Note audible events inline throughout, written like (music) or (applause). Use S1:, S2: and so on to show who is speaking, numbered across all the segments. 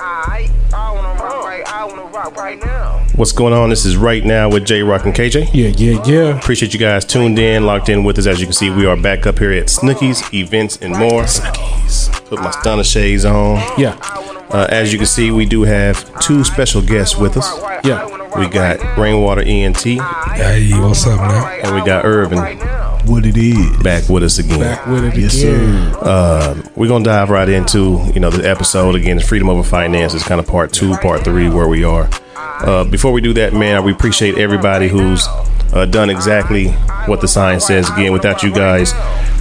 S1: I, I wanna rock right, I wanna rock right now.
S2: What's going on? This is Right Now with J Rock and KJ.
S3: Yeah, yeah, yeah.
S2: Appreciate you guys tuned in, locked in with us. As you can see, we are back up here at Snookies, events, and more. Put my stunner shades on.
S3: Yeah.
S2: Uh, as you can see, we do have two special guests with us.
S3: Yeah.
S2: We got Rainwater E ENT, and
S4: Hey, what's up, man?
S2: we got Irvin
S4: What it is?
S2: back with us again.
S3: Back with it
S4: Yes,
S3: again.
S4: sir.
S2: Uh, We're gonna dive right into you know the episode again. It's freedom over finance is kind of part two, part three, where we are. Uh, before we do that, man, we appreciate everybody who's uh, done exactly what the sign says. Again, without you guys,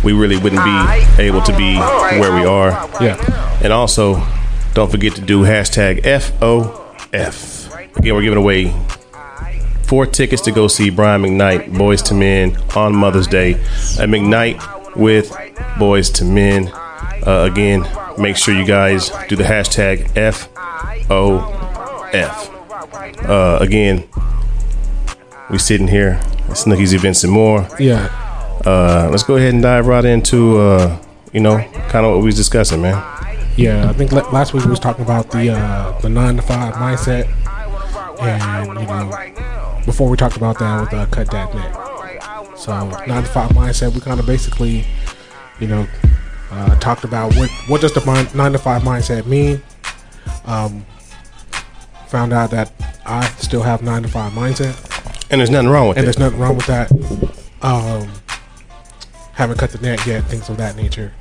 S2: we really wouldn't be able to be where we are.
S3: Yeah.
S2: And also, don't forget to do hashtag FOF. Again, we're giving away four tickets to go see Brian McKnight, Boys to Men, on Mother's Day at McKnight with Boys to Men. Uh, again, make sure you guys do the hashtag FOF. Uh, again, we sitting here at Snookies Events and More.
S3: Yeah.
S2: Uh, let's go ahead and dive right into, uh, you know, kind of what we was discussing, man.
S3: Yeah. I think la- last week we was talking about the uh, the nine to five mindset, and you know, before we talked about that with uh, cut that neck. So nine to five mindset, we kind of basically, you know, uh, talked about what what does the mind, nine to five mindset mean. Um, found out that I still have nine to five mindset.
S2: And there's nothing wrong with
S3: and
S2: it.
S3: there's nothing wrong with that. Um, haven't cut the net yet, things of that nature.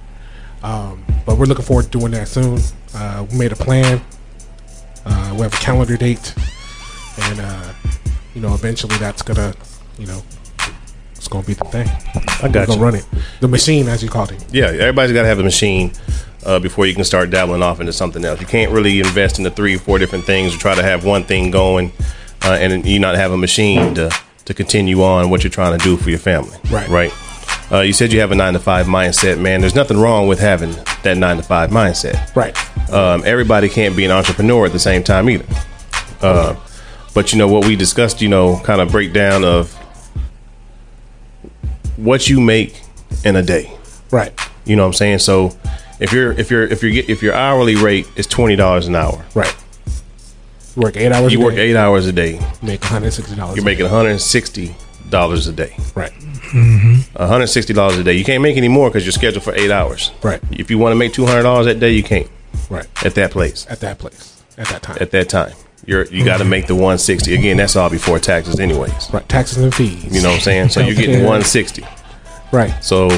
S3: Um, but we're looking forward to doing that soon. Uh, we made a plan. Uh, we have a calendar date, and uh, you know, eventually that's gonna, you know, it's gonna be the thing.
S2: I
S3: We're
S2: got
S3: gonna
S2: you.
S3: run it, the machine as you called it.
S2: Yeah, everybody's got to have a machine uh, before you can start dabbling off into something else. You can't really invest into three or four different things or try to have one thing going uh, and you not have a machine to, to continue on what you're trying to do for your family.
S3: Right.
S2: Right. Uh, you said you have a nine to five mindset, man. There's nothing wrong with having that nine to five mindset.
S3: Right.
S2: Um, everybody can't be an entrepreneur at the same time either. Uh, but you know what we discussed, you know, kind of breakdown of what you make in a day.
S3: Right.
S2: You know what I'm saying? So if you're if you're if you get if your hourly rate is twenty dollars an hour,
S3: Right. You work eight hours.
S2: you
S3: a
S2: work
S3: day,
S2: eight hours a day,
S3: Make one hundred sixty dollars.
S2: you're making one hundred and sixty dollars a day.
S3: right.
S2: One hundred sixty dollars a day. You can't make any more because you're scheduled for eight hours.
S3: Right.
S2: If you want to make two hundred dollars that day, you can't
S3: Right.
S2: at that place
S3: At that place. At that time.
S2: at that time. You're you got to make the one sixty again. That's all before taxes, anyways.
S3: right. Taxes and fees.
S2: You know what I'm saying?
S3: (laughs)
S2: So you're getting
S3: Healthcare.
S2: one sixty.
S3: Right.
S2: So,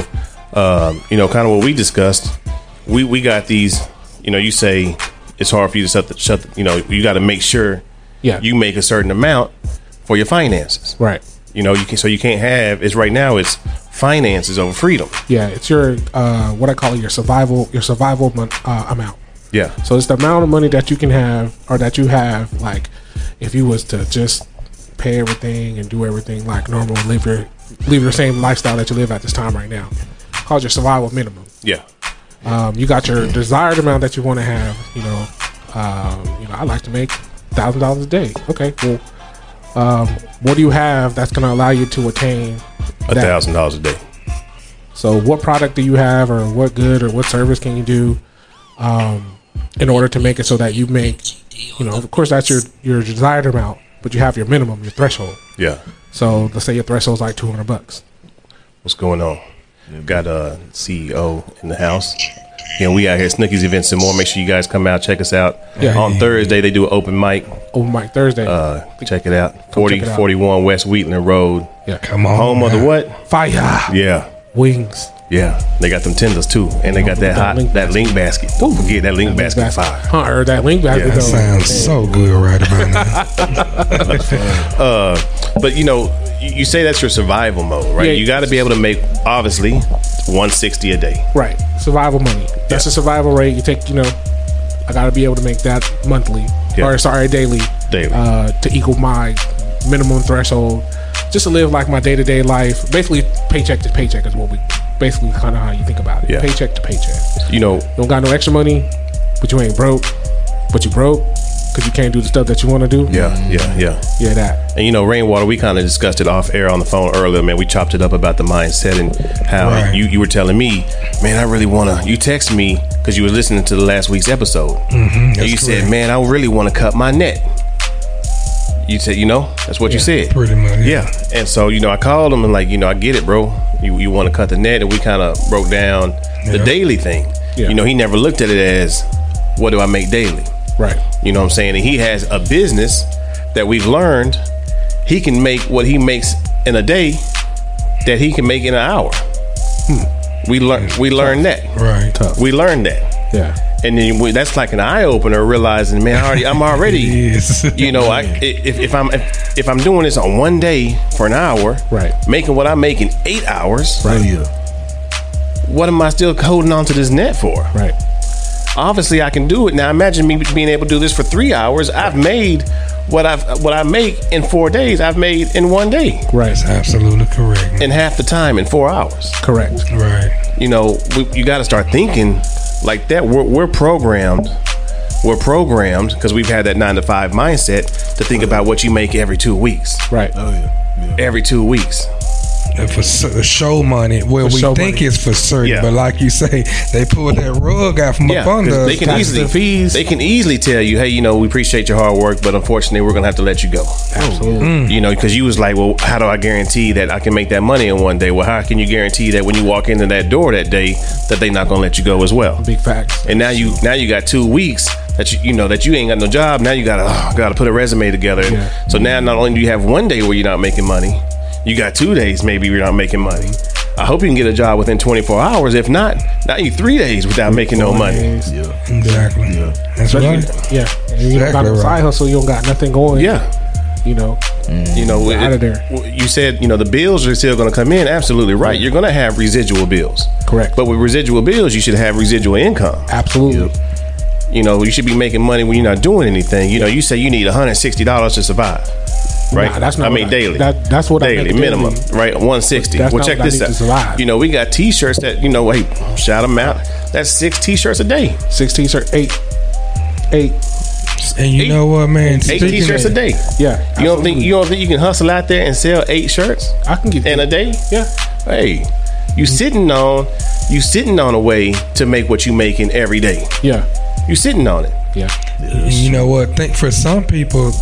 S2: um, you know, kind of what we discussed, we, we got these, you know, you say it's hard for you to shut the, shut the you know, you got to make sure
S3: Yeah.
S2: you make a certain amount for your finances.
S3: Right.
S2: You know, you can, so you can't have, it's right now, it's finances over freedom.
S3: Yeah, it's your uh, what I call your survival your survival mon- uh, amount.
S2: Yeah.
S3: So it's the amount of money that you can have or that you have like if you was to just pay everything and do everything like normal and live your live your same lifestyle that you live at this time right now. Called your survival minimum.
S2: Yeah.
S3: Um, you got your desired amount that you want to have. You know, um, you know, I like to make thousand dollars a day. Okay, well, um, what do you have that's going to allow you to attain
S2: A
S3: that?
S2: thousand dollars a day.
S3: So, what product do you have, or what good, or what service can you do, um, in order to make it so that you make, you know, of course, that's your your desired amount, but you have your minimum, your threshold.
S2: Yeah.
S3: So, let's say your threshold's like two hundred bucks.
S2: What's going on? We've got a CEO in the house. And we out here, Snookies Events and more. Make sure you guys come out, check us out.
S3: Yeah.
S2: On Thursday, they do an open mic.
S3: Open mic Thursday,
S2: Uh, check it out. 40,
S3: check it out.
S2: 41 West Wheatland Road.
S3: yeah,
S4: Come on.
S2: Home of the
S4: man.
S2: what?
S3: fire
S2: Yeah.
S3: wings.
S2: Yeah. They got them tenders too. And they got that hot that link basket. Don't forget that link basket fire.
S3: Huh, or that link basket
S2: Yeah,
S3: though.
S2: that
S4: Sounds so good right
S2: (laughs)
S4: about now.
S2: But you know, you you say that's your survival mode, right?
S3: Yeah.
S2: You gotta be able to make obviously one sixty a day.
S3: Right. Survival money. That's a survival rate. You take, you know, I gotta be able to make that monthly.
S2: Yeah.
S3: Or sorry, daily.
S2: Daily.
S3: Uh, to equal my minimum threshold. Just to live like my day to day life. Basically paycheck to paycheck is what we basically kinda how you think about it.
S2: Yeah.
S3: Paycheck to paycheck. You
S2: You know,
S3: don't got no extra money, but you ain't broke. But you broke because you can't do the stuff that you wanna do.
S2: yeah, yeah, yeah.
S3: Yeah, that.
S2: And you know, rainwater, we kind of discussed it off air on the phone earlier, man. We chopped it up about the mindset and how
S4: Right.
S2: you, you were telling me, man, I really want to. You text me, because you were listening to the last week's episode. and you said,
S4: Mm-hmm, correct.
S2: "Man, I really want to cut my net." You said, "You know, that's what you said."
S4: Pretty much.
S2: Yeah, and so you know, I called him and like, you know, I get it, bro. You you want to cut the net, and we kind of broke down the
S4: Yeah.
S2: daily thing.
S3: Yeah.
S2: You know, he never looked at it as, "What do I make daily?"
S3: Right.
S2: You know what I'm saying? And he has a business that we've learned he can make what he makes in a day that he can make in an hour. Hmm. We learned we learned that.
S4: Right.
S3: Tough.
S2: We learned that.
S3: Yeah.
S2: And then we, that's like an eye opener, realizing, man, I already, I'm
S3: (laughs)
S2: already,
S4: Yes.
S2: you know,
S4: (laughs)
S2: I, if, if I'm if, if I'm doing this on one day for an hour,
S3: Right.
S2: making what I make in eight hours,
S4: Oh, yeah.
S2: what am I still holding on to this net for?
S3: Right.
S2: obviously I can do it. Now imagine me being able to do this for three hours. I've made what I've what I make in four days. I've made in one day,
S3: Right.
S4: That's absolutely correct. man.
S2: in half the time, in four hours.
S3: Correct.
S4: right.
S2: You know, we, you got to start thinking like that. We're, we're programmed. We're programmed because we've had that nine to five mindset to think about what you make every two weeks.
S3: Right.
S5: Oh yeah. yeah.
S2: Every two weeks.
S4: And for cer- show money, well,
S3: For
S4: we
S3: show
S4: think
S3: money.
S4: it's for certain,
S2: Yeah.
S4: but like you say, they pulled that rug out from
S2: Yeah,
S4: up under
S2: 'cause
S4: us.
S2: they can
S4: Taxes
S2: easily
S4: and fees.
S2: they can easily tell you, hey, you know, we appreciate your hard work, but unfortunately, we're gonna have to let you go. Mm.
S3: Absolutely.
S4: Mm.
S2: You know, because you was like, well, how do I guarantee that I can make that money in one day? Well, how can you guarantee that when you walk into that door that day that they not gonna let you go as well?
S3: Big facts.
S2: And now you now you got two weeks that you you know that you ain't got no job. Now you gotta oh, gotta put a resume together.
S3: Yeah.
S2: So now not only do you have one day where you're not making money, you got two days maybe you're not making money. I hope you can get a job within 24 hours. If not, now you three days without making no money.
S3: Yes.
S5: Yeah.
S4: Exactly.
S5: Yeah.
S4: That's right.
S3: Yeah. And you don't got
S4: Exactly
S3: no
S4: right.
S3: side hustle. You don't got nothing going.
S2: Yeah.
S3: You know.
S2: You know, it-
S3: outta there.
S2: w- You said you know the bills are still going to come in. Absolutely right. You're going to have residual bills.
S3: Correct.
S2: But with residual bills, you should have residual income.
S3: Absolutely.
S2: You know, you should be making money when you're not doing anything. You know, you say you need 160 dollars to survive, right?
S3: Nah, that's not
S2: I mean,
S3: what I-
S2: daily.
S3: that- that's what I
S2: daily
S3: make
S2: minimum,
S3: daily.
S2: right? 160.
S3: That's
S2: well,
S3: not
S2: check
S3: what I
S2: this
S3: need
S2: out.
S3: to survive.
S2: You know, we got T-shirts that you know. Wait, shout them out. That's six T-shirts a day.
S3: Sixteen sir. Eight. Eight.
S4: And you
S2: Eight-
S4: know what, man?
S2: Eight
S4: Speaking
S2: T-shirts
S4: of-
S2: a day.
S3: Yeah.
S2: You don't think you don't think you can hustle out there and sell eight shirts?
S3: I can get
S2: in a day?
S3: Yeah.
S2: Hey, you sitting on you sitting on a way to make what you making every day.
S3: Yeah.
S2: You sitting on it.
S3: Yeah.
S4: And you know what? Think for some people,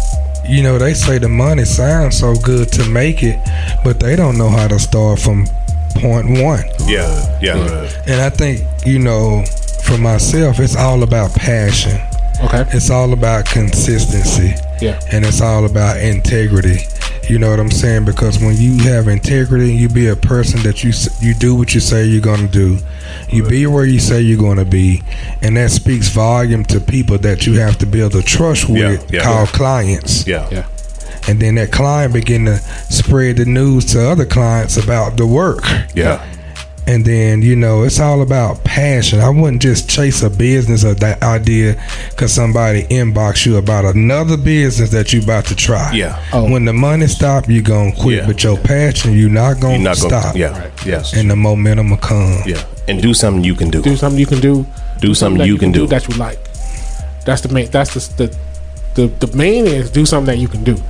S4: you know, they say the money sounds so good to make it, but they don't know how to start from point one.
S2: Yeah, yeah,
S4: And I think, you know, for myself, it's all about passion.
S3: Okay.
S4: It's all about consistency.
S3: Yeah.
S4: And it's all about integrity. You know what I'm saying? Because when you have integrity and you be a person that you s- you do what you say you're gonna do, you be where you say you're gonna be, and that speaks volume to people that you have to build a trust with,
S2: yeah.
S4: called clients.
S2: yeah,
S3: Yeah.
S4: And then that client begin to spread the news to other clients about the work.
S2: yeah,
S4: And then, you know, it's all about passion. I wouldn't just chase a business or that idea because somebody inbox you about another business that you about to try.
S2: Yeah.
S3: Oh.
S4: When the money stop, you going to quit.
S2: Yeah.
S4: But your passion, you not
S2: You're
S4: going to
S2: not gonna
S4: stop.
S2: yeah, yes,
S4: And the momentum will come.
S2: yeah, and do something you can do.
S3: Do something you can do.
S2: Do something
S3: that
S2: you can do.
S3: that you like. That's the main. That's the the the, the main is do something that you can do.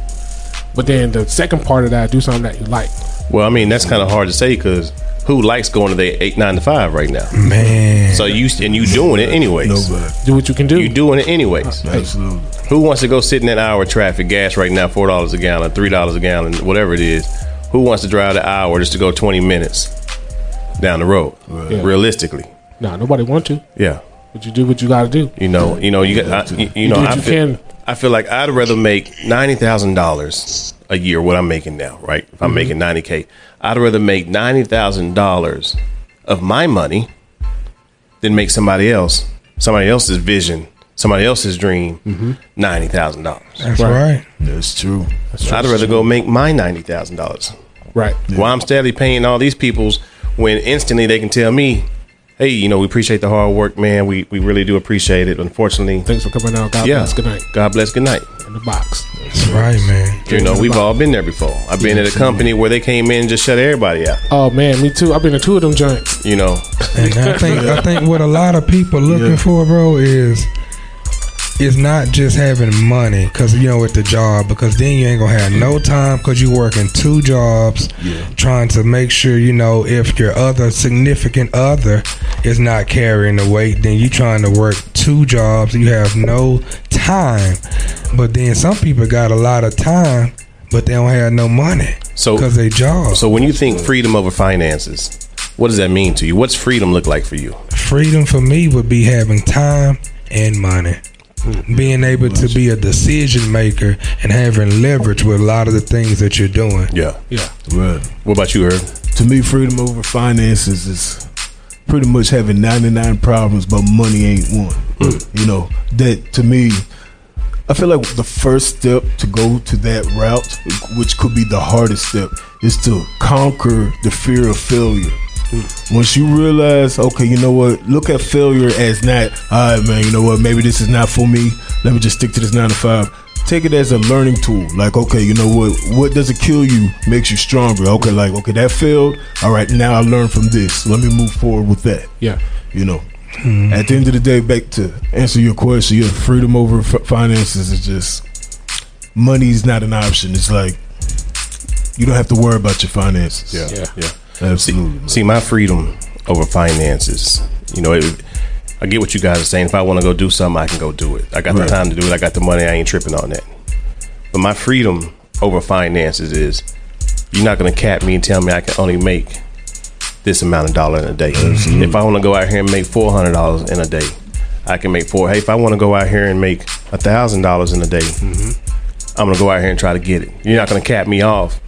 S3: But then the second part of that, do something that you like.
S2: Well, I mean that's kind of hard to say because who likes going to their eight nine to five right now?
S4: Man.
S2: So you and you doing it anyways.
S5: Nobody.
S3: Do what you can do.
S2: You doing it anyways.
S5: Absolutely.
S2: Who wants to go sit in that hour of traffic, gas right now, four dollars a gallon, three dollars a gallon, whatever it is? Who wants to drive the hour just to go twenty minutes down the road?
S3: Yeah.
S2: Realistically,
S3: Nah, nobody want to.
S2: yeah.
S3: But you do what you got to do.
S2: You know, you know, you got, I, you, you
S3: do
S2: know,
S3: what
S2: I
S3: you
S2: feel,
S3: can.
S2: I feel like I'd rather make ninety thousand dollars a year, what I'm making now, right? If I'm
S3: Mm-hmm.
S2: making ninety k, I'd rather make ninety thousand dollars of my money than make somebody else, somebody else's vision, somebody else's dream,
S3: Mm-hmm.
S2: thousand dollars.
S4: That's right.
S5: That's true.
S2: I'd rather go make my ninety thousand dollars.
S3: Right.
S2: Why I'm steadily paying all these people's when instantly they can tell me, "Hey, you know, we appreciate the hard work, man. We we really do appreciate it." Unfortunately,
S3: Thanks for coming out. God
S2: yeah.
S3: bless. Good night.
S2: God bless. Good night.
S3: In the box.
S4: That's right, man.
S2: You know, we've all been there before. I've been at a company where they came in and just shut everybody out.
S3: Oh man, me too. I've been to two of them joints.
S2: You know,
S4: And I think I think what a lot of people looking
S5: Yeah.
S4: for, bro, is it's not just having money because you know at the job because then you ain't gonna have no time because you working two jobs trying to make sure you know if your other significant other is not carrying the weight then you trying to work two jobs you have no time but then some people got a lot of time but they don't have no money
S2: So-
S4: because they job
S2: So when you think freedom over finances, what does that mean to you? What's freedom look like for you?
S4: Freedom for me would be having time and money. Being able to be a decision maker and having leverage with a lot of the things that you're doing.
S2: Yeah.
S5: Yeah. Right.
S2: What about you, Herb?
S5: To me, freedom over finances is pretty much having 99 problems, but money ain't one. You know, that to me, I feel like the first step to go to that route, which could be the hardest step, is to conquer the fear of failure. Once you realize, okay, you know what? Look at failure as not, all right, man, you know what? Maybe this is not for me. Let me just stick to this nine to five. Take it as a learning tool. Like, okay, you know what? What doesn't kill you makes you stronger. Okay, like, okay, that failed. All right, now I learned from this. Let me move forward with that.
S3: Yeah.
S5: You know, at the end of the day, back to answer your question, your freedom over f- finances is just money's not an option. It's like you don't have to worry about your finances.
S3: Yeah.
S2: Yeah.
S5: absolutely.
S2: See, my freedom over finances. You know, it, I get what you guys are saying. If I want to go do something, I can go do it. I got
S5: Right.
S2: the time to do it. I got the money. I ain't tripping on that. But my freedom over finances is you're not going to cap me and tell me I can only make this amount of dollar in a day. If I want to go out here and make four hundred dollars in a day, I can make four. Hey, if I want to go out here and make a thousand dollars in a day, I'm gonna go out here and try to get it. You're not gonna cap me off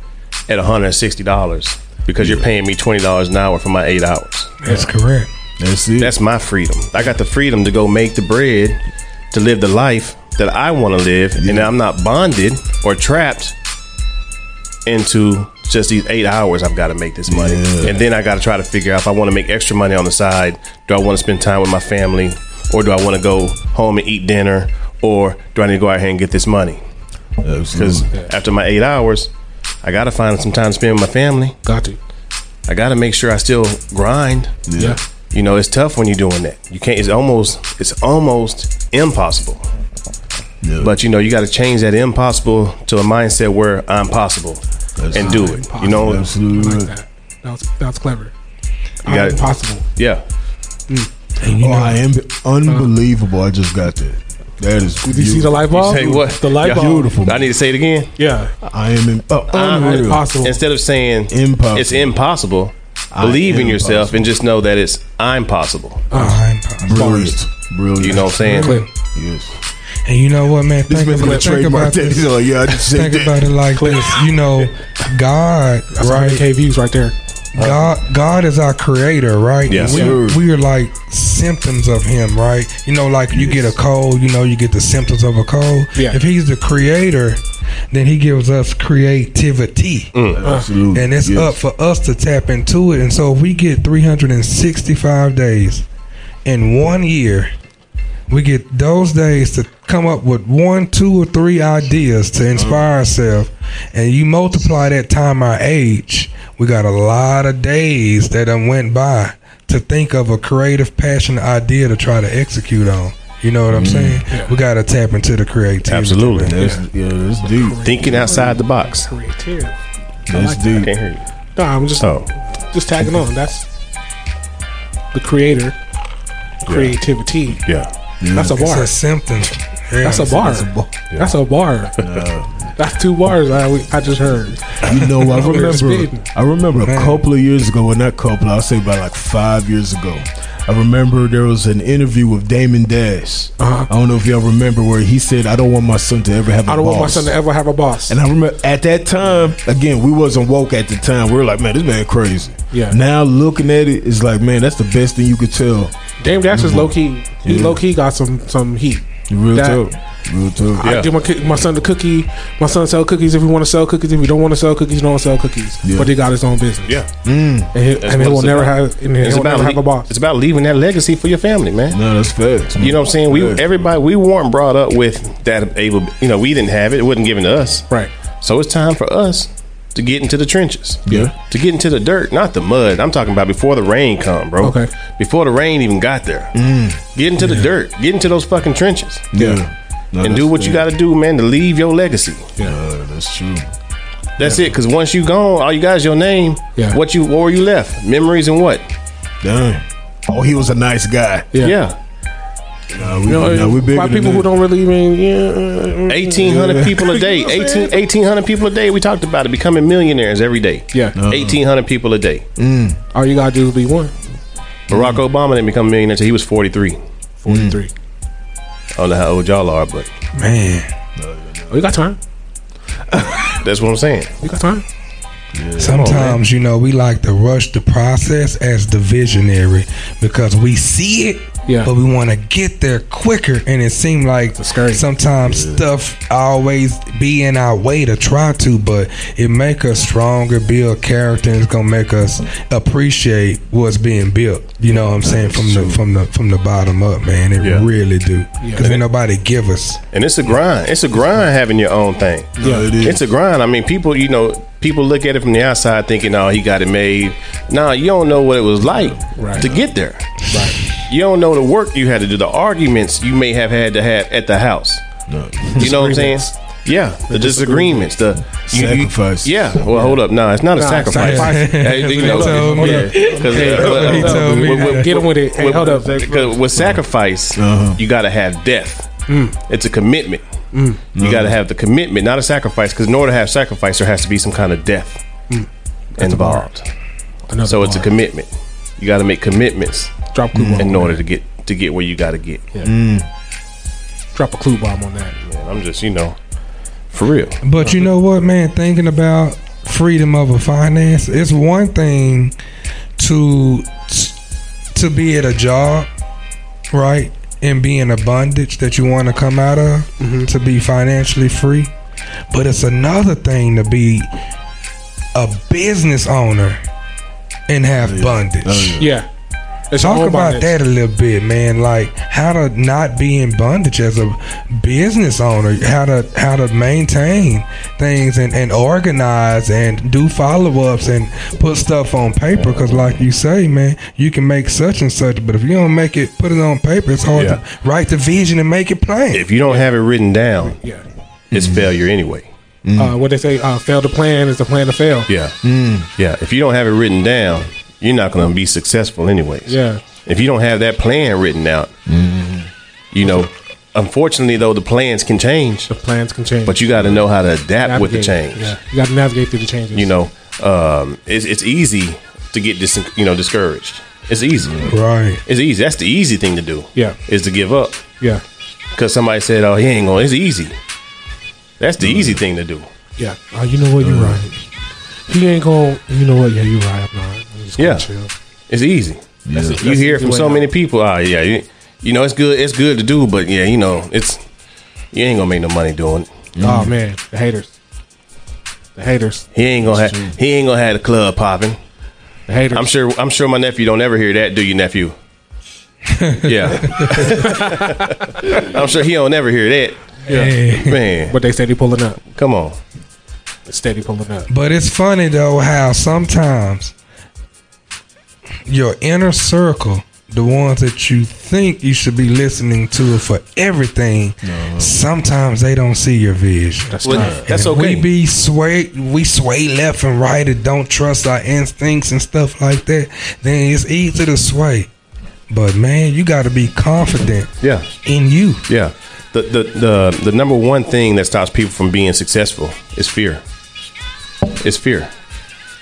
S2: at $160 because you're paying me $20 an hour for my eight hours.
S4: That's correct.
S5: That's it.
S2: That's my freedom. I got the freedom to go make the bread, to live the life that I want to live, and I'm not bonded or trapped into just these eight hours I've got to make this money.
S5: Yeah.
S2: And then I got to try to figure out if I want to make extra money on the side, do I want to spend time with my family, or do I want to go home and eat dinner, or do I need to go out here and get this money? Because
S5: absolutely.
S2: after my eight hours, I gotta find some time to spend with my family.
S3: Got to.
S2: I gotta make sure I still grind.
S5: Yeah.
S2: You know, it's tough when you're doing that. You can't. It's almost. It's almost impossible.
S5: Yeah.
S2: But you know, you got to change that impossible to a mindset where I'm possible and do it. You know,
S5: absolutely.
S3: Like
S5: Right.
S3: that. That was, that was clever.
S2: You got it.
S3: impossible.
S2: yeah.
S4: And you
S5: oh,
S4: know,
S5: I am unbelievable. I just got that. That is
S3: Did you see the
S5: beautiful.
S3: light bulb?
S2: Say what?
S3: The light
S2: Yeah.
S3: bulb.
S5: Beautiful.
S2: I need to say it again.
S3: Yeah.
S5: I am in, uh, unreal.
S3: Impossible.
S2: Instead of saying
S5: Impossible.
S2: it's impossible, believe in
S5: am
S2: yourself
S5: possible.
S2: and just know that it's I'm possible.
S3: Uh,
S4: I'm possible.
S5: Brilliant. Brilliant.
S2: You know what I'm saying?
S3: Clip.
S5: Yes.
S4: And you know what, man?
S5: This
S4: Think
S5: man's
S4: about,
S5: gonna
S4: think about
S5: trademark that. (laughs) He's
S4: this.
S5: like, yeah, I just said
S4: Think
S5: that.
S4: about it like this. You know, God,
S3: That's
S4: right?
S3: 100K views right there.
S4: God, God is our creator, right?
S2: Yes,
S4: we,
S5: sir.
S4: we are like symptoms of Him, right? You know, like you get a cold, you know, you get the symptoms of a cold.
S3: Yeah.
S4: If He's the creator, then He gives us creativity.
S5: Mm. Absolutely.
S4: And it's
S5: Yes.
S4: up for us to tap into it. And so if we get 365 days in one year, we get those days to come up with one, two, or three ideas to
S3: Uh-huh.
S4: inspire ourselves. And you multiply that time our age, we got a lot of days that done went by to think of a creative, passionate idea to try to execute on. You know what
S3: Mm.
S4: I'm saying? We got to tap into the creativity.
S2: Absolutely.
S4: man.
S5: That's, yeah, that's deep.
S2: Thinking outside the box.
S3: Creative.
S5: That's
S3: like
S5: deep.
S2: Can't hear you.
S3: No, I'm just
S2: Oh,
S3: just tagging on. That's the creator. Creativity.
S2: yeah.
S3: That's a
S4: It's
S3: bar.
S4: a symptom. Yeah.
S3: That's a bar. That's a bar. That's two bars I, we- I just heard.
S5: You know,
S3: (laughs)
S5: I
S3: We're
S5: remember.
S3: spitting.
S5: I remember a
S4: Man.
S5: couple of years ago, well, not couple. I'll say about like five years ago. I remember there was an interview with Damon Dash.
S3: Uh-huh.
S5: I don't know if y'all remember where he said, "I don't want my son to ever have." I
S3: I don't want my son to ever have a boss.
S5: And I remember at that time, again, we wasn't woke at the time. We were like, man, this man crazy.
S3: Yeah.
S5: Now looking at it, it's like, man, that's the best thing you could tell.
S3: Dame Dash
S2: Mm-hmm.
S3: is low key. He
S5: Yeah.
S3: low key got some some heat.
S5: Real
S3: That-
S5: talk. Real talk.
S3: I give my ki- my son the cookie. My son sell cookies if we want to sell cookies. If we don't want to sell cookies, don't sell cookies.
S5: Yeah.
S3: But he got his own business.
S2: Yeah.
S3: and he, and Mm. he
S2: what
S3: will
S2: it's
S3: never
S2: about.
S3: have. And he
S2: It's
S3: will
S2: about
S3: never have
S2: le-
S3: a boss.
S2: it's about leaving that legacy for your family, man.
S5: No, that's facts. man.
S2: You know what I'm saying? We
S5: Facts.
S2: everybody we weren't brought up with that able. You know, we didn't have it. It wasn't given to us.
S3: Right.
S2: So it's time for us to get into the trenches.
S5: Yeah.
S2: To get into the dirt, not the mud. I'm talking about before the rain come, bro.
S3: Okay. Mm.
S2: Before the rain even got there. Get into the dirt. Get into those fucking trenches.
S5: Yeah. No,
S2: and
S5: that's
S2: do what you
S5: fair.
S2: got to do, man, to leave your legacy.
S5: Yeah, Uh, that's true.
S2: That's it. Because once you gone, all you got is your name.
S3: Yeah.
S2: What you? What were you left? Memories and what?
S5: Damn. Oh, he was a nice guy.
S3: Yeah.
S2: Yeah.
S5: Nah, we,
S3: You
S5: nah,
S3: know,
S5: we bigger
S3: by
S5: than
S3: people who
S5: that.
S3: don't really even yeah, uh,
S2: Eighteen hundred people a
S3: (laughs)
S2: day. 18, 1,800 people a day. We talked about it. Becoming millionaires every day.
S3: yeah.
S2: Eighteen hundred people a day.
S3: All you gotta do is be one.
S2: Mm. Barack Obama didn't become a millionaire until he was forty three.
S3: Forty three.
S2: I don't know how old y'all are, but
S4: Man,
S3: Oh, you got time.
S2: that's what I'm saying.
S3: You got time.
S4: sometimes you know we like to rush the process as the visionary because we see it,
S3: Yeah.
S4: but we want to get there quicker, and it seems like
S3: scary.
S4: sometimes stuff always be in our way to try to, but it make us stronger, build character, and it's gonna make us appreciate what's being built. You know what I'm saying from the from the from the bottom up, man. It
S2: Yeah.
S4: really do because ain't nobody give us.
S2: And it's a grind. It's a grind having your own thing.
S5: Yeah, it is.
S2: It's a grind. I mean, people, you know, people look at it from the outside thinking, "Oh, he got it made." Nah, you don't know what it was like
S3: Right.
S2: to get there.
S3: Right.
S2: You don't know the work you had to do, the arguments you may have had to have at the house.
S5: No.
S2: You know what I'm saying? Yeah, the disagreements, the you- you-
S5: Sacrifice.
S2: yeah. Well, hold up. No, it's not a
S3: Nah,
S2: sacrifice. (laughs)
S3: sacrifice.
S2: Hey, you know,
S4: He told me.
S2: yeah, 'cause, uh,
S4: He
S2: what-
S4: told me.
S2: what- what-
S3: Get on with it. Hey,
S2: with-
S3: hold up.
S2: Because with sacrifice,
S5: Uh-huh.
S2: you got to have death. It's a commitment. You got to have the commitment, not a sacrifice. Because in order to have sacrifice, there has to be some kind of death involved.
S3: Another
S2: So it's a
S3: bar.
S2: commitment. You got to make commitments
S3: drop clue bomb.
S2: in order to get to get where you got to get.
S3: Drop a clue bomb on that.
S2: And I'm just, you know, for real.
S4: But you know what, man? Thinking about freedom of a finance, it's one thing to to be at a job, right, and be in a bondage that you want to come out of to be financially free. But it's another thing to be a business owner and have bondage.
S3: Yeah. It's
S4: Talk
S3: all
S4: about
S3: this.
S4: that a little bit, man. Like how to not be in bondage as a business owner, how to how to maintain things and, and organize and do follow ups and put stuff on paper. Because like you say, man, you can make such and such, but if you don't make it, put it on paper, it's hard to write the vision and make it plain.
S2: If you don't have it written down,
S3: Yeah.
S2: it's failure anyway.
S3: Uh, what they say, uh, fail to plan is the plan to fail.
S2: Yeah. Yeah. If you don't have it written down, you're not going to be successful, anyways.
S3: Yeah.
S2: If you don't have that plan written out, you know, unfortunately, though, the plans can change,
S3: The plans can change.
S2: but you got to know how to adapt with the
S3: Navigate.
S2: change.
S3: Yeah. You got to navigate through the changes.
S2: You know, um, it's, it's easy to get, dis- you know, discouraged. It's easy.
S4: Right.
S2: It's easy. That's the easy thing to do.
S3: Yeah.
S2: Is to give up.
S3: Yeah.
S2: Because somebody said, oh, he ain't going, it's easy. That's the easy thing to do.
S3: Yeah. Oh, you know what? You're right. He ain't going. to You know what? Yeah, you're right. I'm not. I'm just gonna
S2: Yeah.
S3: Chill.
S2: It's easy.
S3: it.
S2: You
S3: (laughs) That's
S2: hear
S3: the
S2: from
S3: way
S2: so
S3: out.
S2: many people. Ah, yeah, you, you know it's good. It's good to do, but yeah, you know it's you ain't gonna make no money doing it.
S3: Oh man, the haters. The haters.
S2: He ain't gonna have he ain't gonna have the club popping.
S3: The haters.
S2: I'm sure I'm sure my nephew don't ever hear that, do you,
S4: (laughs)
S2: nephew? yeah, I'm sure he don't ever hear that.
S4: Yeah.
S2: Man,
S3: But they steady pulling up.
S2: come on.
S3: Steady pulling up.
S4: But it's funny though how sometimes your inner circle, the ones that you think you should be listening to for everything, sometimes they don't see your vision.
S3: That's
S2: Well,
S3: tough.
S2: that's
S4: And
S2: okay.
S4: We be sway, we sway left and right, and don't trust our instincts and stuff like that. Then it's easy to sway. But man, you got to be confident
S2: yeah,
S4: in you.
S2: yeah. The, the the the number one thing that stops people from being successful is fear. It's fear.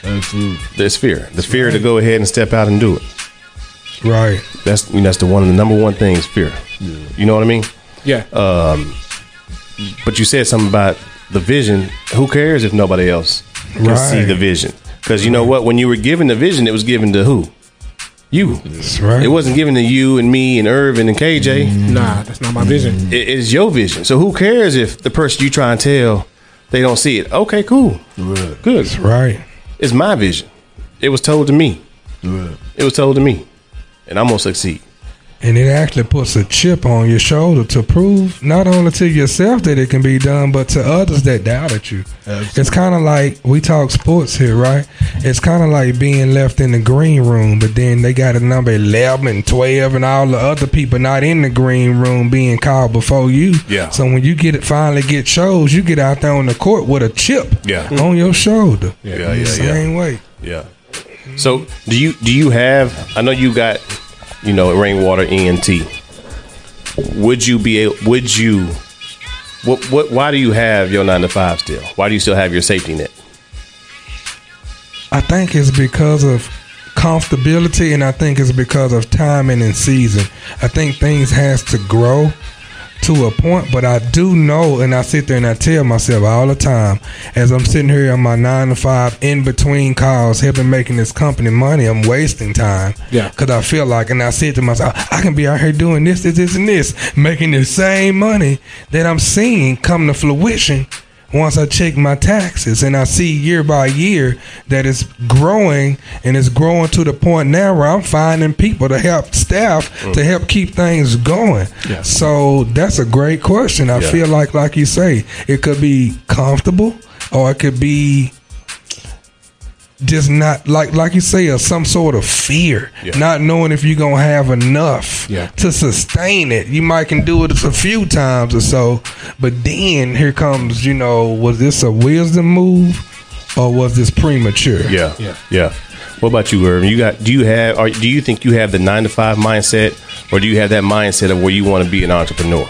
S5: Absolutely.
S2: It's fear. The fear to go ahead and step out and do it.
S4: Right.
S2: That's you know, that's the one the number one thing is fear. You know what I mean?
S3: Yeah.
S2: Uh. But you said something about the vision. Who cares if nobody else can
S4: Right.
S2: see the vision? Because you know what? When you were given the vision, it was given to who? You.
S4: That's right.
S2: It wasn't given to you and me and Irvin and KJ.
S3: nah, that's not my vision.
S2: It- it's your vision. So who cares if the person you try and tell they don't see it? Okay, cool,
S5: Right.
S2: good.
S4: right.
S2: It's my vision. It was told to me.
S5: Right.
S2: It was told to me, and I'm gonna succeed.
S4: And it actually puts a chip on your shoulder to prove not only to yourself that it can be done, but to others that doubted you.
S5: Absolutely.
S4: It's kind of like we talk sports here, right? It's kind of like being left in the green room, but then they got a number 11 and 12 and all the other people not in the green room being called before you.
S2: Yeah.
S4: So when you get it, finally get shows, you get out there on the court with a chip
S2: Yeah.
S4: on your shoulder.
S2: Yeah, yeah, yeah.
S4: Same way.
S2: Yeah. So do you do you have? I know you got, you know, rainwater ENT. Would you be? a- Would you? What? What? Why do you have your nine to five still? Why do you still have your safety net?
S4: I think it's because of comfortability, and I think it's because of timing and season. I think things has to grow to a point, but I do know, and I sit there and I tell myself all the time, as I'm sitting here on my nine to five, in between calls, helping making this company money, I'm wasting time.
S3: Yeah.
S4: Cause I feel like, and I said to myself, I can be out here doing this, this, this, and this, making the same money that I'm seeing come to fruition. Once I check my taxes and I see year by year that it's growing and it's growing to the point now where I'm finding people to help staff to help keep things going.
S3: Yeah.
S4: So that's a great question. I
S2: Yeah.
S4: feel like, like you say, it could be comfortable or it could be just not like like you say, uh, some sort of fear,
S2: Yeah.
S4: not knowing if you're gonna have enough
S3: Yeah.
S4: to sustain it. You might can do it a few times or so, but then here comes, you know, was this a wisdom move or was this premature?
S2: Yeah.
S3: Yeah.
S2: Yeah. What about you, Irvin? You got? Do you have? Or do you think you have the nine to five mindset, or do you have that mindset of where you want to be an entrepreneur?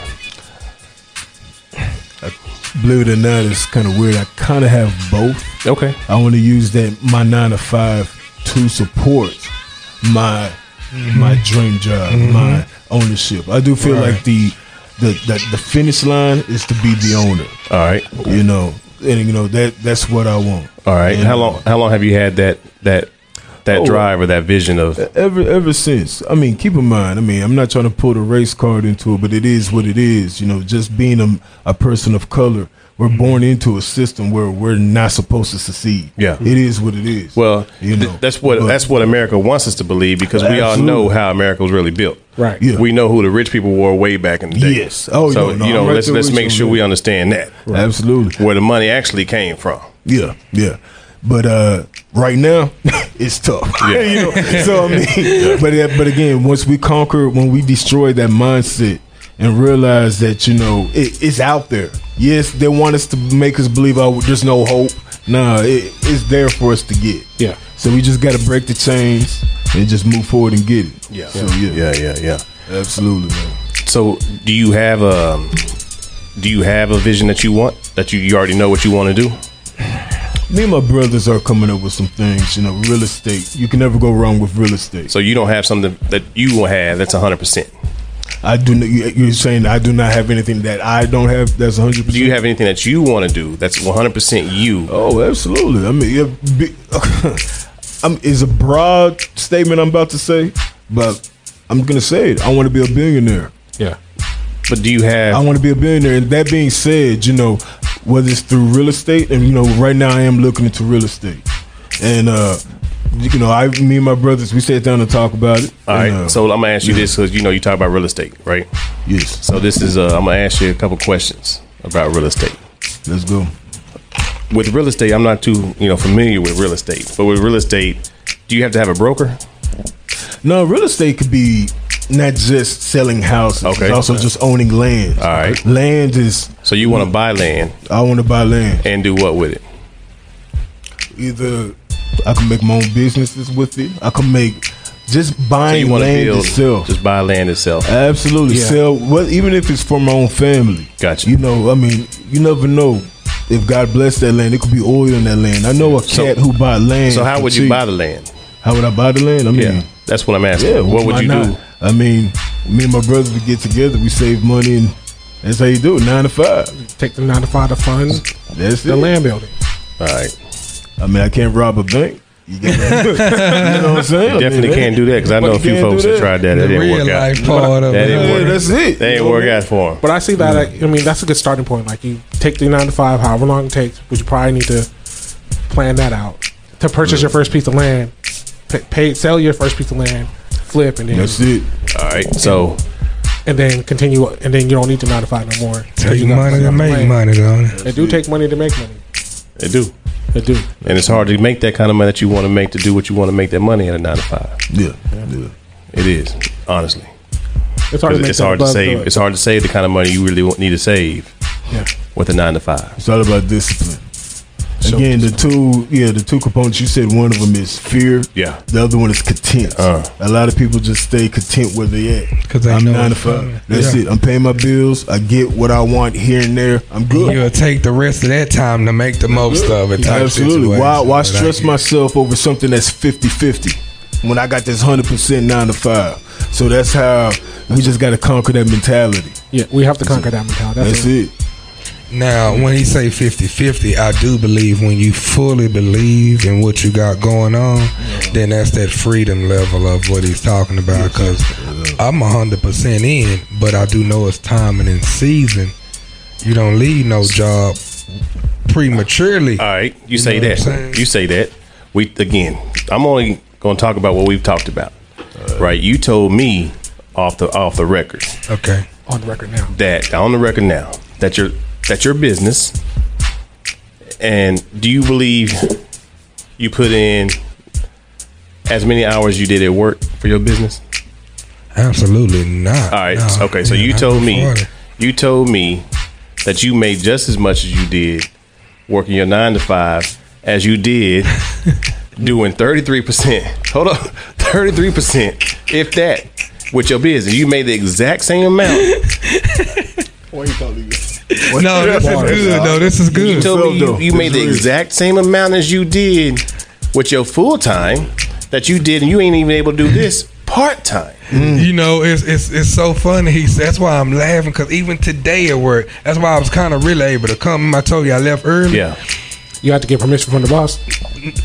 S5: Believe it or not, it's kind of weird. I kind of have both.
S2: Okay.
S5: I want to use that my nine to five to support my
S3: Mm-hmm.
S5: my dream job, my ownership. I do feel like the, the the the finish line is to be the owner.
S2: All right.
S5: You know, and you know that that's what I want.
S2: All right.
S5: And
S2: How long? How long have you had that that that
S5: Oh. uh,
S2: drive or that vision of?
S5: Ever ever since, I mean, keep in mind. I mean, I'm not trying to put a race card into it, but it is what it is. You know, just being a, a person of color, we're
S2: Mm-hmm.
S5: born into a system where we're not supposed to succeed.
S2: Yeah.
S5: it is what it is.
S2: Well,
S5: you
S2: th-
S5: know,
S2: that's what
S5: but-
S2: that's what America wants us to believe because we all
S5: Absolutely.
S2: know how America was really built.
S3: Right.
S5: Yeah.
S2: We know who the rich people were way back in the day.
S5: Yes. Oh,
S2: so
S5: no, no,
S2: you know,
S5: I'm right
S2: let's
S5: there
S2: let's
S5: with
S2: make
S5: you,
S2: sure we
S5: man.
S2: understand that
S5: absolutely.
S2: where the money actually came from.
S5: Yeah, yeah. But uh, right now, (laughs) it's tough. (laughs) you know, so I mean, but uh, but again, once we conquer, when we destroy that mindset and realize that you know it, it's out there. Yes, they want us to make us believe oh there's no hope. Nah, it, it's there for us to get.
S3: Yeah.
S5: So we just got to break the chains and just move forward and get it.
S2: Yeah.
S5: So yeah,
S2: Yeah, yeah, yeah.
S5: absolutely, man.
S2: So, do you have a do you have a vision that you want that you, you already know what you want to do?
S5: Me and my brothers are coming up with some things. You know, real estate. You can never go wrong with real estate.
S2: So you don't have something that you will have that's hundred percent.
S5: I do. n- you- You're saying I do not have anything that I don't have. That's 100. percent
S2: Do you have anything that you want to do that's one hundred percent you?
S5: Oh, absolutely. I mean, yeah, be, (laughs) I'm, it's a broad statement I'm about to say, but I'm gonna say it. I want to be a billionaire.
S3: Yeah.
S2: But do you
S5: I
S2: have?
S5: want to be a billionaire. And that being said, you know, whether it's through real estate, and you know, right now I am looking into real estate, and uh, you know, I, me and my brothers, we sat down and talk about it.
S2: All
S5: And,
S2: right.
S5: uh,
S2: So I'm gonna ask you this because you know you talk about real estate, right?
S5: yes,
S2: So this is uh, I'm gonna ask you a couple questions about real estate.
S5: let's go.
S2: With real estate, I'm not too you know familiar with real estate, but with real estate, do you have to have a broker?
S5: No, real estate could be not just selling houses.
S2: Okay.
S5: It's also just owning land.
S2: All right.
S5: Land is
S2: So you
S5: Mm-hmm.
S2: want to buy land
S5: I want to buy land.
S2: and do what with it?
S5: Either I can make my own businesses with it. I can make just
S2: So
S5: buying
S2: you want to
S5: land
S2: build,
S5: itself.
S2: just buy land itself.
S5: Absolutely.
S3: Yeah.
S5: Sell what even if it's for my own family.
S2: Gotcha.
S5: You know, I mean, you never know. If God bless that land, it could be oil in that land. I know a
S2: So-
S5: cat who bought land.
S2: So how
S5: for
S2: would you
S5: cheap.
S2: buy the land?
S5: How would I buy the land? I mean,
S2: Yeah, that's what I'm asking.
S5: Yeah,
S2: what would
S5: why
S2: you
S5: not?
S2: do?
S5: I mean, me and my brothers would get together, we save money, and that's how you do it. Nine to five.
S3: Take the nine to five to fund
S5: That's
S3: the
S5: it.
S3: land building.
S2: All right,
S5: I mean, I can't rob a bank. You, get
S2: (laughs)
S5: that? you know what I'm saying? I
S2: definitely
S5: mean,
S2: can't do that because I know
S5: you
S2: a few
S5: can't
S2: folks
S5: do
S2: that
S5: that.
S2: tried that. It
S4: The
S2: didn't
S4: real
S2: work out.
S4: life part of
S2: That
S4: it.
S2: didn't
S5: Yeah,
S2: work.
S5: that's it.
S2: That
S5: You
S2: didn't
S5: know
S2: work
S5: what I
S2: out for him.
S3: But I see that. Like, I mean, that's a good starting point. Like you take the nine to five, however long it takes, but you probably need to plan that out to purchase your first piece of land, pay, pay sell your first piece of land, flip, and then
S5: That's it.
S2: All right. So
S3: and then continue, and then you don't need to nine to five no more.
S4: Take
S3: You got
S4: money to
S3: got
S4: make
S3: plan.
S4: money, don't it?
S3: It do take money to make money.
S2: they do.
S3: It do.
S2: And it's hard to make that kind of money that you want to make to do what you want to make that money at a nine to five.
S5: Yeah. Yeah.
S2: It is, honestly.
S3: It's hard to make
S2: it's
S3: that
S2: hard to
S3: above
S2: save.
S3: the-
S2: It's hard to save the kind of money you really want- need to save
S3: Yeah.
S2: with a nine to five.
S5: It's all about discipline. Again, the two yeah, the two components you said one of them is fear.
S2: Yeah.
S5: The other one is content.
S2: Uh.
S5: a lot of people just stay content where they at.
S4: 'Cause they
S5: I'm
S4: know
S5: nine to
S4: it's coming.
S5: five. That's
S4: Yeah.
S5: it. I'm paying my bills. I get what I want here and there. I'm good.
S4: You'll take the rest of that time to make the most of it. Type
S5: Absolutely.
S4: Situation,
S5: Why why
S4: but I
S5: stress
S4: get-
S5: myself over something that's 50-50 when I got this hundred percent nine to five? So that's how we just gotta conquer that mentality.
S3: Yeah, we have to conquer that mentality. That's,
S5: That's
S3: it.
S5: it.
S4: Now, when he say 50-50, I do believe when you fully believe in what you got going on, then that's that freedom level of what he's talking about. Because I'm hundred percent in, but I do know it's timing and season. You don't leave no job prematurely.
S2: All right. You, say
S4: know what I'm saying?
S2: that. You say that. We again. I'm only going to talk about what we've talked about. right. You told me off the off the record
S4: Okay.
S3: On the record now.
S2: that on the record now that your that your business. And do you believe you put in as many hours you did at work for your business?
S4: Absolutely not.
S2: All right.
S4: No.
S2: okay. So
S4: Yeah,
S2: you
S4: I
S2: told
S4: can
S2: me,
S4: afford it.
S2: you told me that you made just as much as you did working your nine to five as you
S4: (laughs)
S2: did doing thirty three percent. Hold (laughs) on, thirty three percent, if that, with your business. You made the exact same amount.
S4: No, this is good though. This is
S2: You
S3: Mm.
S4: good.
S2: told me you,
S5: though.
S2: you made the
S5: It's real.
S2: exact same amount as you did with your full time that you did, and you ain't even able to do
S3: Mm.
S2: this part time.
S4: You know, it's it's it's so funny. He's that's why I'm laughing because even today at work, that's why I was kind of really able to come. I told you I left early.
S2: Yeah.
S3: You have to get permission from the boss.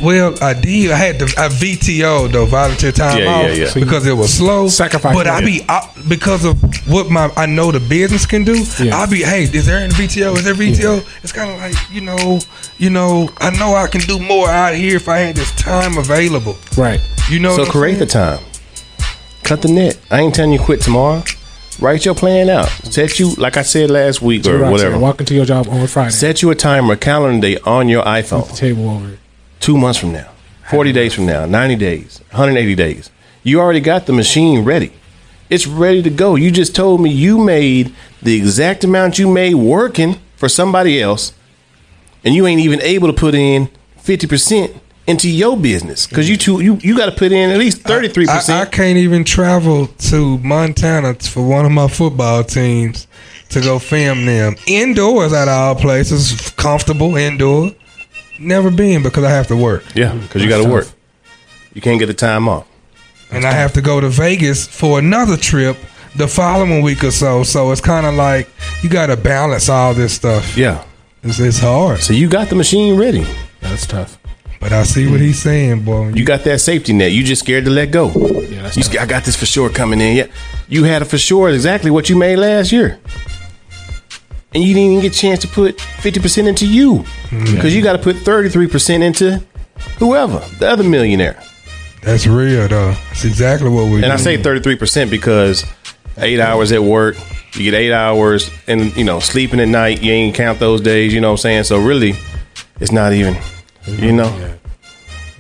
S4: Well, I did. I had to. I VTO though, volunteer time
S2: Yeah,
S4: off,
S2: yeah, yeah.
S4: because it was slow.
S3: Sacrifice
S4: But I
S3: it.
S4: be I, because of what my I know the business can do.
S3: Yeah.
S4: I be hey, is there any VTO? Is there VTO? It's kind of like you know, you know. I know I can do more out here if I had this time available.
S3: Right.
S4: You know.
S2: So
S4: what I'm
S2: create the
S4: saying?
S2: time. Cut the net. I ain't telling you quit tomorrow. Write your plan out. Set you like I said last week or
S3: Right, so
S2: whatever.
S3: Walk into your job on Friday.
S2: Set you a timer, calendar day on your
S3: the
S2: iPhone.
S3: table over. it.
S2: Two months from now, forty days from now, ninety days, one hundred eighty days. You already got the machine ready. It's ready to go. You just told me you made the exact amount you made working for somebody else, and you ain't even able to put in fifty percent into your business because you two you you got to put in at least thirty three
S4: I, I
S2: percent.
S4: can't even travel to Montana t- for one of my football teams to go film them indoors at all places, comfortable indoor. Never been because I have to work.
S2: Yeah, because you got to work. You can't get the time off.
S4: and I have to go to Vegas for another trip the following week or so. So it's kind of like you got to balance all this stuff.
S2: Yeah.
S4: It's, it's hard,
S2: So you got the machine ready.
S3: That's tough.
S4: but I see what he's saying, boy.
S2: Mm. You got that safety net. You just scared to let go.
S3: Yeah, that's
S2: You
S3: tough.
S2: scared, I got this for sure coming in. Yeah. You had a for sure exactly what you made last year. And you didn't even get a chance to put 50% into you.
S3: Mm-hmm.
S2: Because you got to put 33% into whoever, the other millionaire.
S4: That's real, though. That's exactly what we.
S2: And I
S3: Mm-hmm.
S2: say 33% because eight hours at work, you get eight hours and, you know, sleeping at night, you ain't count those days, you know what I'm saying? So really, it's not even, you
S3: Mm-hmm.
S2: know?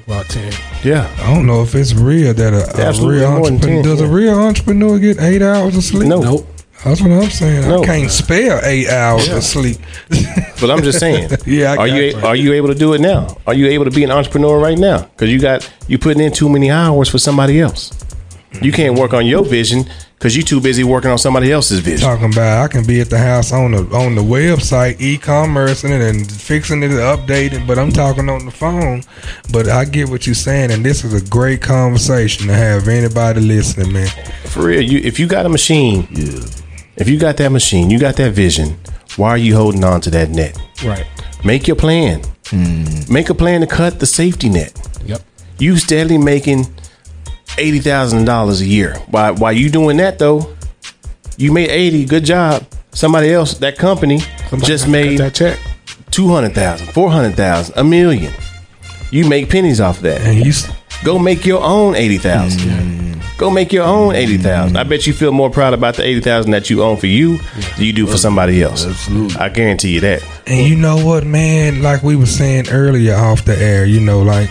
S3: About ten.
S2: Yeah.
S4: I don't know if it's real that a, a
S2: Absolutely
S4: real
S2: more than
S4: entrepreneur
S2: 10,
S4: does a
S2: yeah.
S4: real entrepreneur get eight hours of sleep.
S2: No.
S3: Nope.
S4: that's what I'm saying.
S2: No.
S4: I can't spare eight hours of sleep.
S2: But I'm just saying.
S4: (laughs) Yeah, I
S2: are you
S4: got you.
S2: are you able to do it now? Are you able to be an entrepreneur right now? Because you got you putting in too many hours for somebody else. You can't work on your vision because you too busy working on somebody else's vision.
S4: talking about I can be at the house on the on the website, e-commerce and, and fixing it, updating. But I'm talking on the phone. But I get what you're saying, and this is a great conversation to have. Anybody listening, man?
S2: For real, you if you got a machine, if you got that machine, you got that vision. Why are you holding on to that net?
S3: Right.
S2: Make your plan.
S4: Hmm.
S2: Make a plan to cut the safety net.
S3: Yep.
S2: You steadily making eighty thousand dollars a year. Why? Why you doing that though? You made eighty. Good job. Somebody else, that company,
S3: Somebody
S2: just
S3: got to cut
S2: made
S3: that check.
S2: 200,000, 400,000, a million. You make pennies off of that.
S4: And you s-
S2: Go make your own 80,000. Go make your own eighty thousand. I bet you feel more proud about the eighty thousand that you own for you than you do for somebody else. Absolutely. I guarantee you that.
S4: And you know what, man? Like we were saying earlier off the air, you know, like,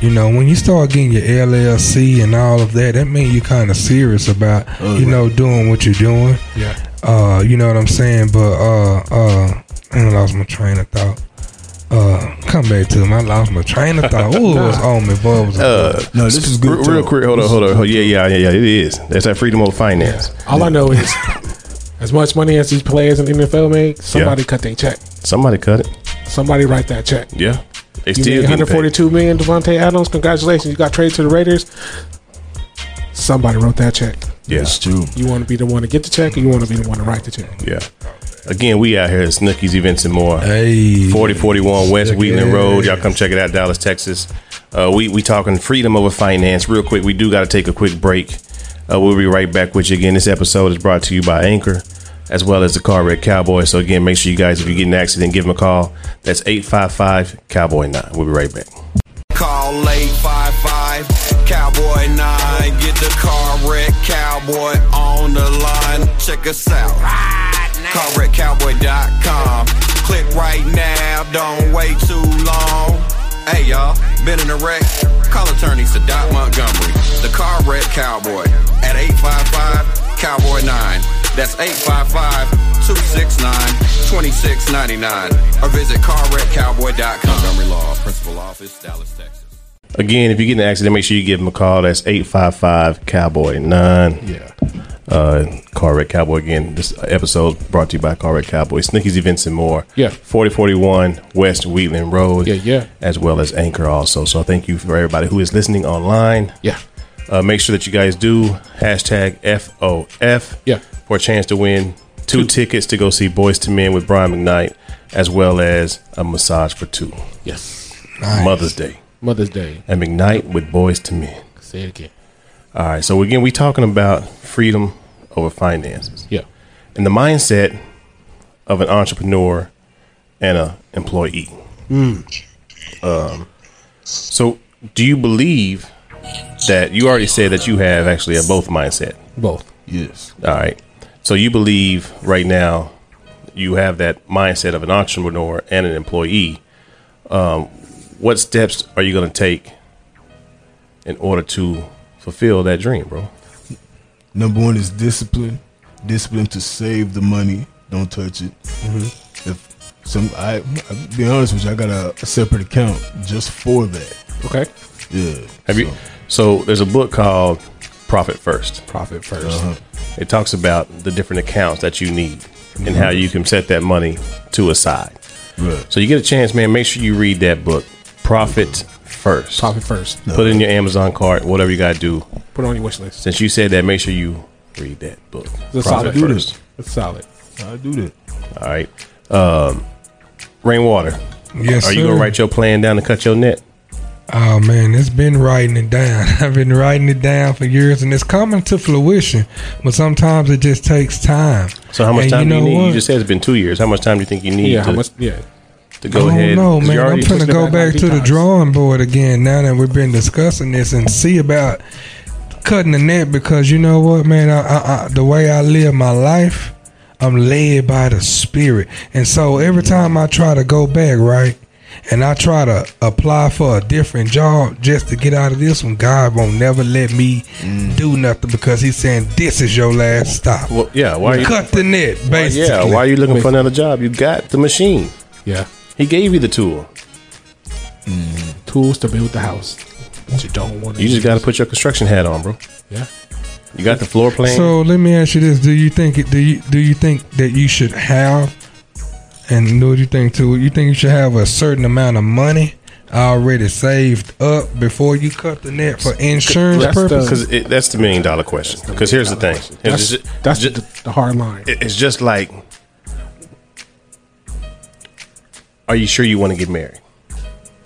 S4: you know, when you start getting your LLC and all of that, that means you're kind of serious about, you know, doing what you're doing.
S3: Yeah.
S4: Uh, you know what I'm saying? But uh, uh, and I lost my train of thought. Uh, come back to him. I lost my train of thought.
S2: (laughs)
S4: Ooh, it was on me, boy. It was
S2: Uh,
S5: No, this is good
S2: re- Real
S5: talk.
S2: quick, hold on, hold on. hold- Yeah, yeah, yeah, yeah. It is. That's that freedom of finance.
S3: All I know is as much money as these players in the NFL make, somebody cut their check.
S2: Somebody cut it.
S3: Somebody write that check.
S2: Yeah, they
S3: You made
S2: still getting paid.
S3: 142 million, Devontae Adams. Congratulations, you got traded to the Raiders. Somebody wrote that check.
S2: Yeah,
S5: That's true.
S3: You want to be the one to get the check, or you want to be the one to write the check?
S2: yeah. Again, we out here at Snookies Events and More.
S4: hey,
S2: 4041 West
S4: Check
S2: Wheatland
S4: it.
S2: Road. Y'all come check it out, Dallas, Texas. Uh, we we talking freedom over finance. Real quick, we do got to take a quick break. Uh, we'll be right back with you again. This episode is brought to you by Anchor, as well as the Car Wreck Cowboy. So again, make sure you guys, if you get in an accident, give them a call. That's eight five five Cowboy Nine. We'll be right back.
S6: Call 855 Cowboy 9. Get the car wreck cowboy on the line. Check us out. CarWreckCowboy.com. Click right now. Don't wait too long. Hey y'all, been in a wreck? Call attorney Sadat Montgomery, the car wreck cowboy, at 855 Cowboy 9. That's 855 269 2699. Or visit carwreckcowboy.com. Montgomery Law, Principal Office, Dallas, Texas.
S2: Again, if you get in an accident, make sure you give them a call. That's eight five five Cowboy Nine.
S5: Yeah.
S2: uh, Car Wreck Cowboy again. This episode is brought to you by Car Wreck Cowboy, Snicky's Events and more.
S3: Yeah.
S2: forty forty one West Wheatland Road.
S3: Yeah, yeah.
S2: As well as Anchor also. So thank you for everybody who is listening online.
S3: Yeah.
S2: Uh, make sure that you guys do hashtag FOF.
S3: Yeah.
S2: For a chance to win two, tickets to go see Boys to Men with Brian McKnight, as well as a massage for two.
S3: Yes.
S2: Mother's Day
S3: Mother's Day.
S2: and McKnight with Boys to Men.
S3: Say it again.
S2: All right. So again, we talking about freedom over finances
S3: Yeah.
S2: and the mindset of an entrepreneur and a employee. Um, so, do you believe that you already said that you have actually a both mindset?
S3: Both.
S5: Yes.
S2: All right. So you believe right now you have that mindset of an entrepreneur and an employee. Um, what steps are you going to take in order to fulfill that dream, bro?
S5: Number one is discipline. Discipline to save the money. Don't touch it.
S2: Mm-hmm.
S5: If some, I, I be honest with you, I got a, a separate account just for that.
S3: Okay.
S5: Yeah.
S2: Have you? So there's a book called Profit First.
S3: Profit 1st
S2: It talks about the different accounts that you need and
S4: Mm-hmm.
S2: how you can set that money to a side.
S5: Right.
S2: So you get a chance, man. Make sure you read that book, Profit First.
S3: Profit first.
S2: Put it in your Amazon cart, whatever you got to do.
S3: Put it on your wish list.
S2: Since you said that, make sure you read that book.
S3: It's a solid.
S2: Profit
S3: Do
S2: First.
S3: this. It's solid.
S5: I do that.
S2: All right. Um, Rainwater,
S4: yes,
S2: are you going
S4: sir.
S2: to write your plan down and cut your net?
S4: Oh man, it's been writing it down. (laughs) I've been writing it down for years, and it's coming to fruition. But sometimes it just takes time.
S2: So how much
S4: And
S2: time do you
S4: know
S2: need?
S4: what?
S2: You just said it's been two years. How much time do you think you need
S3: Yeah.
S2: to,
S3: How much? Yeah.
S2: to go
S4: I don't
S2: ahead?
S4: know,
S2: 'Cause
S4: man.
S2: you
S4: I'm
S2: already-
S4: trying to go
S3: pushed it back
S4: back
S3: like
S4: to the
S3: detox.
S4: drawing board again now that we've been discussing this and see about cutting the net because you know what, man. I, I, I, the way I live my life, I'm led by the spirit, and so every time I try to go back, right. And I try to apply for a different job just to get out of this one. God won't never let me do nothing because He's saying this is your last stop.
S2: well, yeah. Why are you?
S4: Cut the net, basically.
S2: Yeah. Why are you looking for another job? You got the machine.
S3: Yeah.
S2: He gave you the tool.
S3: Tools to build the house that you don't want.
S2: You just got to put your construction hat on, bro.
S3: Yeah.
S2: You got the floor plan.
S4: So let me ask you this: Do you think it? Do you do you think that you should have? And what do you think too? You think you should have a certain amount of money already saved up before you cut the net for insurance
S3: That's the-
S4: purposes?
S2: because that's the million dollar question. Because here's the thing. It's
S3: That's
S2: just,
S3: that's
S2: ju-
S3: the, the hard line.
S2: it- it's just like, are you sure you want to get married?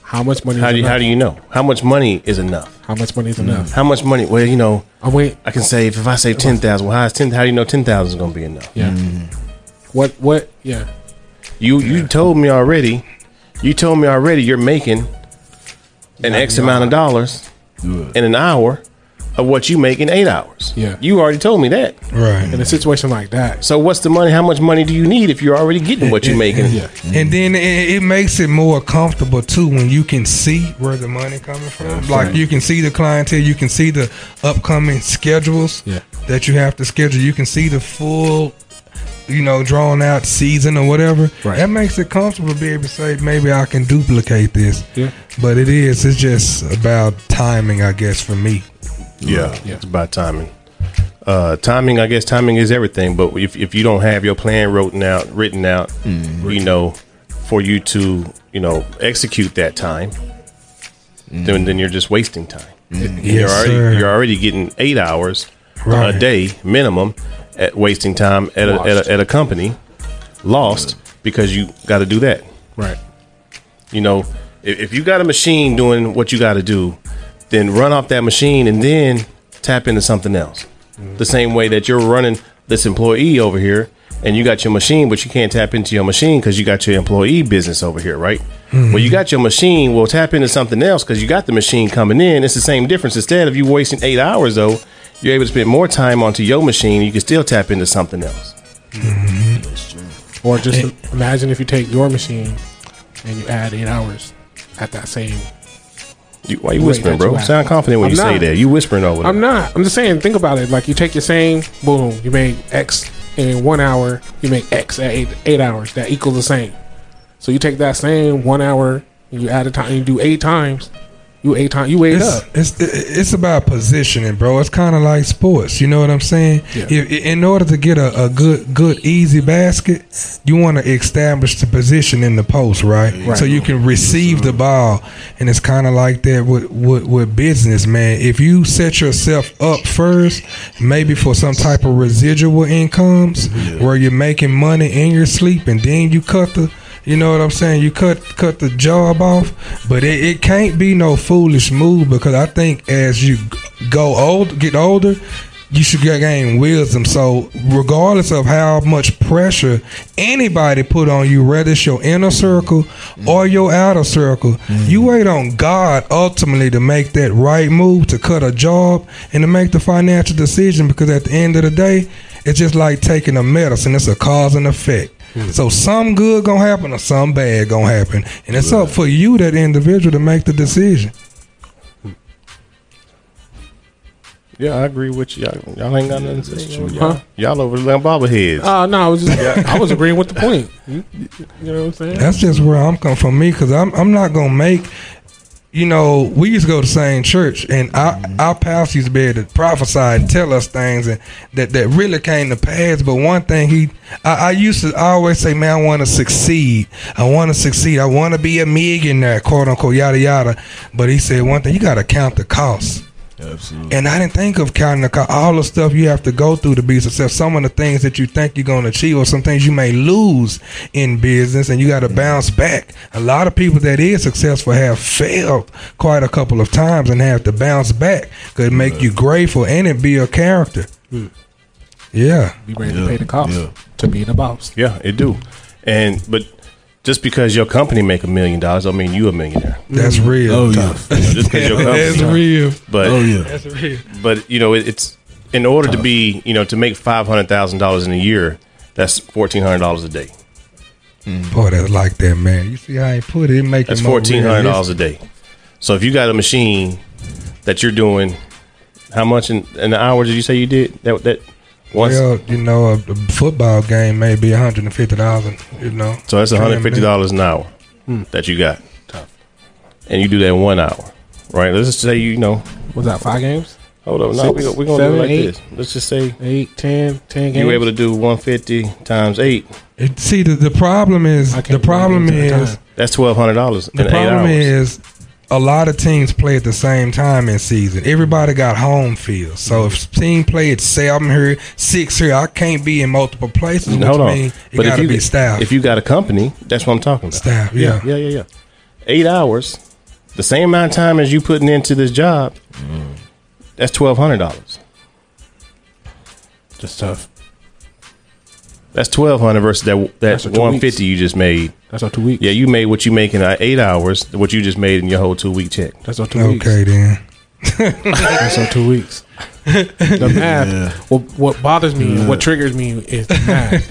S3: How much money?
S2: How
S3: is
S2: do you, Mm.
S3: enough?
S2: how do you know? How much money is enough?
S3: How much money is enough?
S2: How much money? Well, you know,
S3: I wait.
S2: I can save if I save ten thousand. Well, how is ten? How do you know ten thousand is going to be enough?
S3: Yeah.
S2: Mm.
S3: What? What? Yeah.
S2: You you told me already. You told me already you're making an X amount of dollars in an hour. of what you make in eight hours.
S3: Yeah.
S2: You already told me that.
S3: In a
S4: Right.
S3: situation like that,
S2: So what's the money? How much money do you need if you're already getting what you're making?
S3: yeah,
S4: And then it, it makes it more comfortable too when you can see where the money coming from. Like you can see the clientele, you can see the upcoming schedules
S3: Yeah.
S4: that you have to schedule. You can see the full, you know, drawn out season or whatever.
S3: Right.
S4: That makes it comfortable to be able to say maybe I can duplicate this.
S3: Yeah.
S4: But it is. It's just about timing, I guess, for me.
S2: Yeah, it's about timing. Uh, timing, I guess, timing is everything. But if, if you don't have your plan written out, written out,
S3: Hmm,
S2: you know, for you to you know execute that time,
S3: Hmm.
S2: then then you're just wasting time. you're
S4: Yes,
S2: already
S4: sir.
S2: you're already getting eight hours a
S4: Right.
S2: day minimum at wasting time at a, at a at a company, lost because you got to do that.
S3: right.
S2: You know, if, if you got a machine doing what you got to do, then run off that machine and then tap into something else. The same way that you're running this employee over here and you got your machine, but you can't tap into your machine because you got your employee business over here, right?
S3: Mm-hmm.
S2: Well, you got your machine, well, tap into something else because you got the machine coming in. It's the same difference. Instead of you wasting eight hours, though, you're able to spend more time onto your machine. You can still tap into something else.
S3: Or just imagine if you take your machine and you add eight hours at that same.
S2: You, why you
S3: Right,
S2: whispering,
S3: that's
S2: bro?
S3: right.
S2: Sound confident when
S3: I'm
S2: you say
S3: not.
S2: that. You whispering over there.
S3: I'm not. I'm just saying. Think about it. Like you take your same. Boom. You made X in one hour. You make X at eight, eight hours. That equals the same. So you take that same one hour and you add a time. You do eight times. You eight times. You ate up.
S4: It's, it's it's about positioning, bro. It's kind of like sports. You know what I'm saying?
S3: Yeah.
S4: If, in order to get a, a good good easy basket, you want to establish the position in the post, right? So you can receive
S3: Mm-hmm.
S4: the ball, and it's kind of like that with, with with business, man. If you set yourself up first, maybe for some type of residual incomes where you're making money in your sleep, and then you cut the you know what I'm saying? You cut cut the job off, but it, it can't be no foolish move because I think as you g- go old, get older, you should get- gain wisdom. So regardless of how much pressure anybody put on you, whether it's your inner circle or your outer circle, you wait on God ultimately to make that right move to cut a job and to make the financial decision because at the end of the day, it's just like taking a medicine. It's a cause and effect. So some good gonna happen or some bad gonna happen, and it's up for you, that individual, to make the decision.
S2: Yeah, I agree with you. Y'all, y'all ain't got nothing to say.
S3: Huh?
S2: Y'all over the bobbleheads.
S3: Uh, no, I was just, I was agreeing with the point. You, you know what I'm saying?
S4: That's just where I'm coming from, me, because I'm I'm not gonna make. You know, we used to go to the same church, and our our pastor used to be able to prophesy and tell us things and that that really came to pass. But one thing he, I, I used to always say, man, I want to succeed. I want to succeed. I want to be a millionaire, quote unquote, yada yada. But he said one thing: you got to count the cost.
S5: Absolutely.
S4: And I didn't think of counting the co- all the stuff you have to go through to be successful. Some of the things that you think you're going to achieve, or some things you may lose in business, and you got to bounce back. A lot of people that is successful have failed quite a couple of times and have to bounce back. Could make you grateful and it be a character.
S2: Hmm.
S4: Yeah,
S3: Be ready
S5: Yeah,
S3: to pay the cost
S5: yeah.
S3: to be the boss.
S2: yeah, it do. And but just because your company make a million dollars, don't mean you a millionaire.
S4: that's real.
S5: Oh (laughs) yeah.
S2: Just
S4: (laughs)
S2: because your
S4: that's
S2: company,
S4: real.
S2: but
S5: Oh yeah.
S4: That's real.
S2: but you know it, it's in order to be you know to make five hundred thousand dollars in a year, that's fourteen hundred dollars a day.
S4: Boy, that's like that, man. You see how he put it? it make
S2: That's
S4: it more
S2: fourteen hundred dollars
S4: realistic.
S2: a day. So if you got a machine that you're doing, how much in, in the hours did you say you did that that once?
S4: Well, you know, a, a football game may be one hundred and fifty thousand. You know,
S2: So that's one hundred fifty
S4: Damn, man.
S2: dollars an hour
S5: Hmm.
S2: that you got, and you do that in one hour, right? Let's just say you, you know,
S3: Was that five games?
S2: hold on, no,
S3: Six,
S2: we go- we gonna do
S3: seven,
S2: it like
S3: eight.
S2: this. Let's just say
S3: Eight, ten, ten
S2: you
S3: games.
S2: were able to do one fifty times eight.
S4: It, see, the, the problem is
S3: I
S4: the
S3: can't
S4: problem
S3: believe it took
S4: is
S3: time.
S2: That's twelve hundred dollars in
S4: the
S2: eight
S4: problem
S2: hours.
S4: is a lot of teams play at the same time in season. Everybody got home field, so if
S2: Mm-hmm.
S4: team play at say I'm here six here, I can't be in multiple places.
S2: And
S4: Which
S2: hold on,
S4: mean it gotta be staff.
S2: if you got a company, that's what I'm talking about.
S4: staff, yeah.
S2: yeah, yeah, yeah. Eight hours, the same amount of time as you putting into this job. That's twelve hundred dollars.
S3: Just tough.
S2: That's twelve hundred versus that that
S3: That's for two
S2: one fifty you just made.
S3: That's our two weeks.
S2: Yeah, you made what you make in uh, eight hours, what you just made in your whole two week check.
S3: That's our two weeks.
S4: Okay then.
S3: That's our two weeks.
S2: (laughs)
S3: the math.
S5: Yeah.
S3: What, what bothers me, and what triggers me, is the math.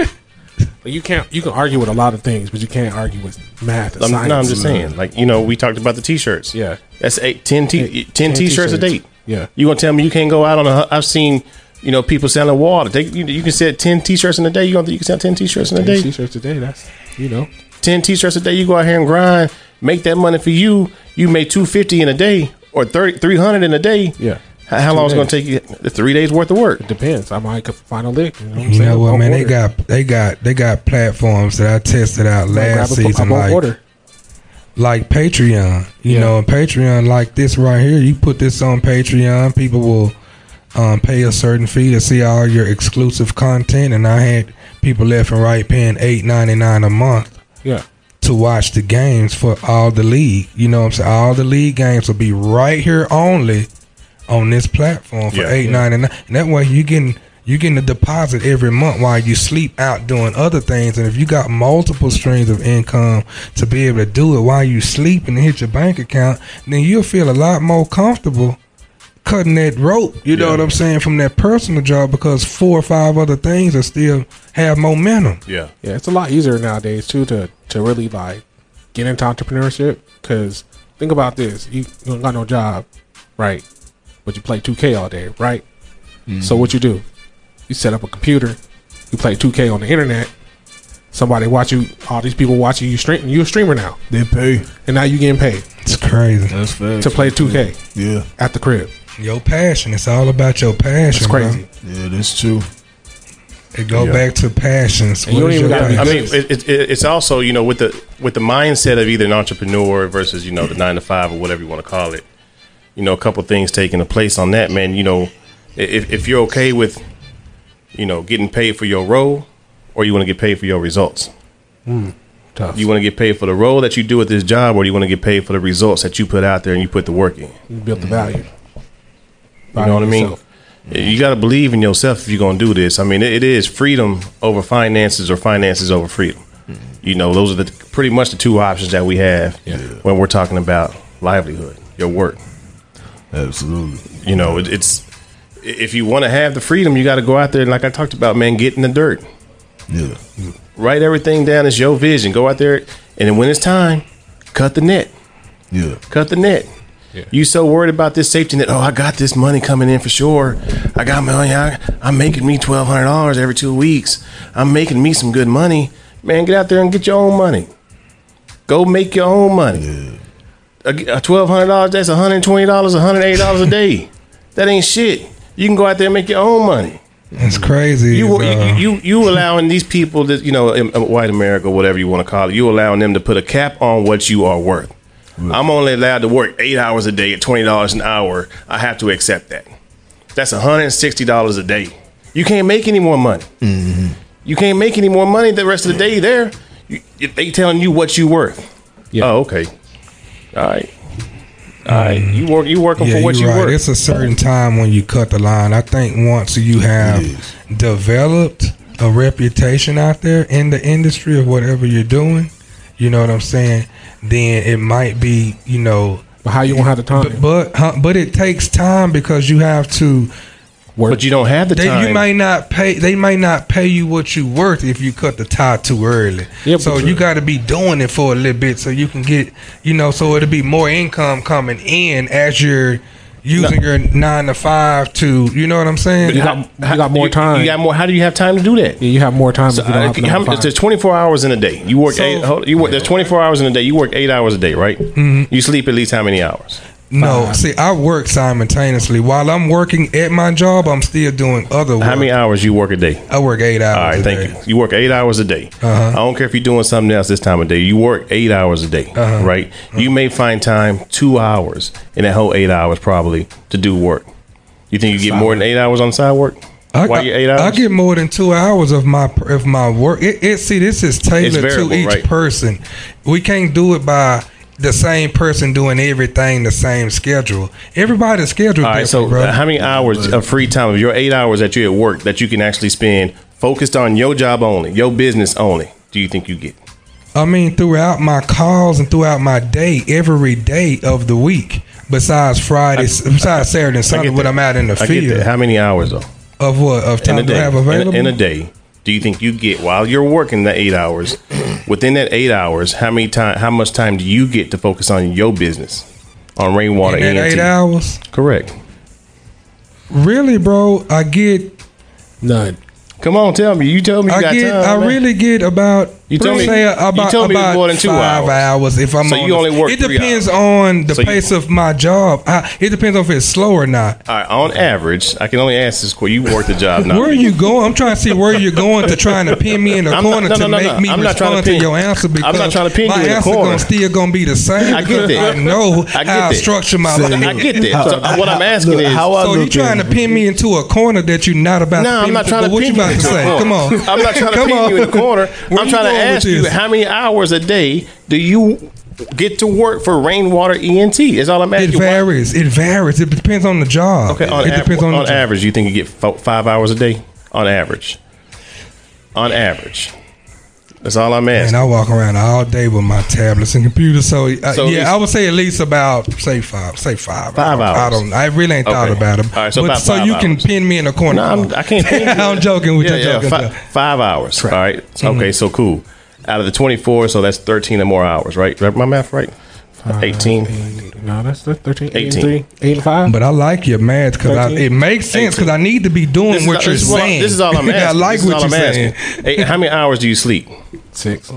S3: Like, you can't you can argue with a lot of things, but you can't argue with math. And
S2: I'm,
S3: science.
S2: no, I'm just saying. Like you know, we talked about the t-shirts.
S3: Yeah.
S2: that's eight, 10, t- 10 t-shirts a date.
S3: Yeah.
S2: you gonna tell me you can't go out on a? hu- I've seen you know people selling water. They, you, you can sell ten t-shirts in a day. You gonna think you can sell ten t-shirts in a day?
S3: T-shirts today. That's you know.
S2: Ten t-shirts a day. You go out here and grind, make that money for you. You make two fifty in a day or 30, 300 in a day.
S3: Yeah.
S2: How, how long is it gonna take you? Three days worth of work.
S3: Depends. I might could find a lick. You know what I'm
S4: You
S3: saying?
S4: know what,
S3: Won't
S4: man? They
S3: order.
S4: got they got they got platforms that I tested out
S3: Might grab
S4: last
S3: a book, I
S4: season,
S3: won't
S4: like
S3: order.
S4: like Patreon. You
S3: Yeah.
S4: know, and Patreon like this right here. You put this on Patreon, people will um, pay a certain fee to see all your exclusive content. And I had people left and right paying eight ninety nine a month
S3: Yeah.
S4: to watch the games for all the league. You know what I'm saying? All the league games will be right here only on this platform for
S2: Yeah.
S4: eight ninety nine. And that way you getting you getting a deposit every month while you sleep out doing other things. And if you got multiple streams of income to be able to do it while you sleep and hit your bank account, then you'll feel a lot more comfortable cutting that rope. You know
S2: Yeah.
S4: what I'm saying? From that personal job because four or five other things are still have momentum.
S2: Yeah,
S3: Yeah, it's a lot easier nowadays too to to really like get into entrepreneurship. Cause think about this: you, you don't got no job, right? But you play 2K all day, right?
S2: Mm-hmm.
S3: So what you do? You set up a computer, you play 2K on the internet. Somebody watch you. All these people watching you stream. You're a streamer now,
S5: They pay.
S3: and now you getting paid
S4: It's crazy.
S5: That's fact.
S3: to play 2K
S5: Yeah,
S3: at the crib.
S4: Your passion. It's all about your passion.
S3: It's crazy.
S4: Bro.
S5: yeah, that's true.
S4: It go back to passions.
S3: you don't
S4: What is
S3: even
S4: your
S3: gotta be
S2: I
S4: passion?
S2: mean, it, it, it's also you know with the with the mindset of either an entrepreneur versus you know the nine to five or whatever you want to call it. You know, a couple things taking a place on that, man. You know, i- if if you're okay with, you know, getting paid for your role, or you want to get paid for your results.
S3: Tough.
S2: You want to get paid for the role that you do at this job, or do you want to get paid for the results that you put out there and you put the work in?
S3: You built the value.
S2: Mm-hmm. You know what I mean? You got to believe in yourself if you're going to do this. I mean, it, it is freedom over finances or finances over freedom. You know, those are the pretty much the two options that we have when we're talking about livelihood, your work.
S5: Absolutely.
S2: You know, it, it's if you want to have the freedom, you got to go out there and like I talked about, man, get in the dirt,
S5: Yeah.
S2: write everything down. It's your vision. Go out there, and then when it's time, cut the net.
S5: Yeah.
S2: cut the net. You so worried about this safety net. Oh, I got this money coming in for sure. I got money. I, I'm making me twelve hundred dollars every two weeks. I'm making me some good money. Man, get out there and get your own money. Go make your own money. A twelve hundred dollars. That's one hundred twenty dollars. One hundred eighty dollars a day. That ain't shit. You can go out there and make your own money.
S4: it's crazy.
S2: You
S4: bro.
S2: you, you you allowing these people that you know in, in white America, whatever you want to call it, you allowing them to put a cap on what you are worth. I'm only allowed to work eight hours a day at twenty dollars an hour. I have to accept that. That's one hundred and sixty dollars a day. You can't make any more money.
S4: Mm-hmm.
S2: You can't make any more money the rest of the day there. You, if they telling you what you worth. Oh, okay. All right. All right. You work. You working
S4: yeah,
S2: for what you
S4: you're right.
S2: worth.
S4: It's a certain time when you cut the line. I think once you have developed a reputation out there in the industry of whatever you're doing, you know what I'm saying? Then it might be, you know,
S3: But how you gonna have the time?
S4: but but, huh, but it takes time because you have to.
S2: But you don't have the
S4: They,
S2: time.
S4: you may not pay. They may not pay you what you worth if you cut the tie too early.
S3: Yeah,
S4: so
S3: but-
S4: you got to be doing it for a little bit so you can get, you know, so it'll be more income coming in as you're using your nine to five to, you know what I'm saying?
S3: you got- you got more
S2: you-
S3: time.
S2: You got more. How do you have time to do that?
S3: yeah, you have more time.
S2: So,
S3: if you don't
S2: uh,
S3: have
S2: how many-
S3: nine to
S2: there's
S3: five.
S2: 24 hours in a day. You work
S4: So-
S2: eight. Hold, you work. There's 24 hours in a day. You work eight hours a day, right?
S3: Mm-hmm.
S2: You sleep at least how many hours?
S4: no, see, I work simultaneously while I'm working at my job. I'm still doing other work.
S2: How many hours you work a day?
S4: I work eight hours.
S2: All right,
S4: a
S2: thank
S4: day.
S2: you. You work eight hours a day.
S3: Uh-huh.
S2: I don't care if you're doing something else this time of day. You work eight hours a day,
S3: Uh-huh.
S2: right? You may find time two hours in that whole eight hours probably to do work. You think you get more than eight hours on side work?
S4: I,
S2: Why you eight hours?
S4: I get more than two hours of my of my work. It, it see, this is tailored
S2: variable,
S4: to each
S2: right.
S4: person. We can't do it by the same person doing everything the same schedule. Everybody's schedule
S2: All right,
S4: different,
S2: so
S4: bro.
S2: uh, how many hours of free time of your eight hours that you're at work that you can actually spend focused on your job only, your business only? Do you think you get?
S4: I mean, throughout my calls and throughout my day, every day of the week, besides Friday, besides Saturday and Sunday, when
S2: that.
S4: I'm out in the
S2: I get that.
S4: field
S2: How many hours though?
S4: of what of
S2: In a
S4: time to
S2: day.
S4: have
S2: In a-
S4: available.
S2: in a day. Do you think you get while you're working the eight hours? (clears throat) Within that eight hours, how many time? How much time do you get to focus on your business on rainwater?
S4: in that
S2: ENT?
S4: eight hours,
S2: Correct.
S4: really, bro, I get
S3: None.
S2: Come on, tell me. You tell me you
S4: I
S2: got
S4: get,
S2: time.
S4: I
S2: man.
S4: really get about.
S2: You told me-
S4: say
S2: you
S4: about,
S2: told me it was
S4: about
S2: more than two
S4: five
S2: hours.
S4: If I'm
S2: So
S4: on
S2: you only work
S4: It
S2: three
S4: depends
S2: hours.
S4: on the
S2: So you-
S4: pace of my job. I, it depends on if it's slow or not.
S2: All right, on average, I can only ask this question. You work the job now.
S4: Where are you going? I'm trying to see where you're going to trying to pin me in the
S2: I'm not-
S4: corner
S2: no, no,
S4: to
S2: no,
S4: make
S2: no.
S4: me
S2: I'm not trying
S4: respond
S2: to
S4: to,
S2: pin-
S4: your answer
S2: I'm not
S4: because
S2: trying to pin you
S4: my
S2: in the
S4: answer
S2: corner.
S4: gonna still gonna be the same.
S2: I get
S4: because
S2: that.
S4: I know
S2: I get
S4: how I
S2: that.
S4: structure my
S2: (laughs)
S4: life.
S2: I get that.
S4: (laughs)
S5: How-
S2: So, uh, what I'm asking
S5: look,
S2: is-
S5: how I
S4: So you
S5: look
S4: trying to
S5: at-
S4: pin me into a corner that you're not about?
S2: No,
S4: to
S2: I'm
S4: pin
S2: not
S4: me
S2: trying to
S4: What
S2: pin
S4: you about to
S2: into a
S4: say?
S2: corner.
S4: Come on.
S2: (laughs) I'm not trying to
S4: Come
S2: pin
S4: on.
S2: you in the corner.
S4: (laughs) Where
S2: I'm trying to
S4: you going with
S2: ask you
S4: this?
S2: how many hours a day do you get to work for Rainwater ENT? Is all I'm asking.
S4: It
S2: Why-
S4: varies. It varies. It depends on the job.
S2: Okay, on,
S4: it
S2: av-
S4: depends on, the
S2: on
S4: job.
S2: average, you think you get fo- five hours a day on average? On average, that's all I'm
S4: And
S2: asking.
S4: I walk around all day with my tablets and computers. So, uh,
S2: So it's-
S4: yeah, I would say at least about say five, say five,
S2: Five
S4: I
S2: hours.
S4: don't. I really ain't thought
S2: Okay.
S4: about them.
S2: All right, so about
S4: so
S2: five
S4: you can
S2: hours.
S4: pin me in a corner.
S2: No, I'm, I can't. think of
S4: (laughs) I'm
S2: it.
S4: joking with
S2: yeah,
S4: you.
S2: yeah,
S4: joking. Mm-hmm.
S2: fi- five hours. All right. Okay, so cool. Out of the 24, so that's 13 or more hours, right? Is that My math right? 18.
S3: Eight- No, that's that's 13. 18. Eight and,
S2: 18.
S3: three, eight and 5.
S4: But I like your math because
S3: Thirteen.
S4: it makes sense because I need to be doing
S2: This is,
S4: what
S2: all-
S4: you're
S2: this, is all,
S4: saying.
S2: this is all I'm asking.
S4: (laughs) I like
S2: This is
S4: what
S2: all
S4: you're
S2: I'm
S4: saying.
S2: asking. Hey, how many hours do you sleep?
S3: 6.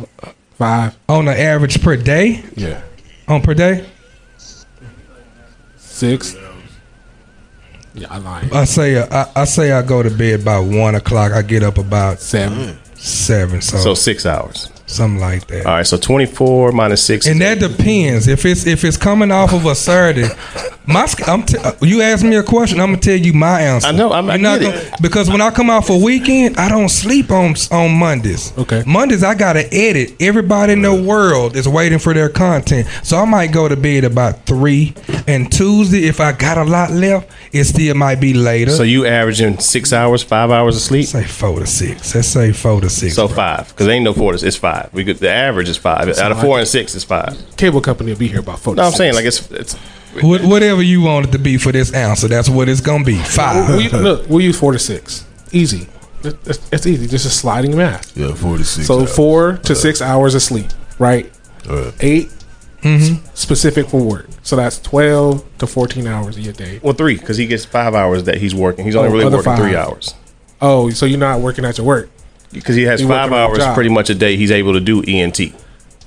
S3: 5.
S4: On the average per day,
S3: Yeah.
S4: on per day,
S3: 6. Yeah, I lied.
S4: I say uh, I, I say I go to bed by one o'clock. I get up about
S3: 7.
S4: seven, so,
S2: So six hours.
S4: something like that.
S2: All right, so 24 minus six. is
S4: And that depends if it's if it's coming off of a Saturday. My, sch- I'm t- you ask me a question, I'm gonna tell you my answer.
S2: I know, I'm- I
S4: You're not
S2: get
S4: gonna-
S2: it.
S4: because when I come out for weekend, I don't sleep on on Mondays.
S3: Okay.
S4: Mondays I gotta edit. Everybody in the world is waiting for their content, so I might go to bed about three. And Tuesday, if I got a lot left, it still might be later.
S2: So you averaging six hours, five hours of sleep?
S4: say four to six. Let's say four to six.
S2: So five, because ain't no four. It's five. We could, the average is five. Out of four and six is five.
S3: Cable company will be here by 4.
S2: No, I'm saying like it's it's.
S4: Wh- whatever you want it to be for this answer, that's what it's gonna be. Five.
S3: we, look, we'll use 4 to 6. Easy. That- That's, that's easy. This is sliding math.
S7: Yeah, four to six.
S3: So
S7: hours.
S3: 4 to 6 hours of sleep, right?
S7: Uh,
S3: 8 s- specific for work. So that's 12 to 14 hours a day.
S2: Well, three, because he gets five hours that he's working. He's only
S3: Oh,
S2: really
S3: other
S2: working three
S3: five.
S2: hours
S3: Oh, so you're not working at your work.
S2: because he has
S3: He
S2: five
S3: working on a
S2: hours
S3: job.
S2: pretty much a day. He's able to do E ENT.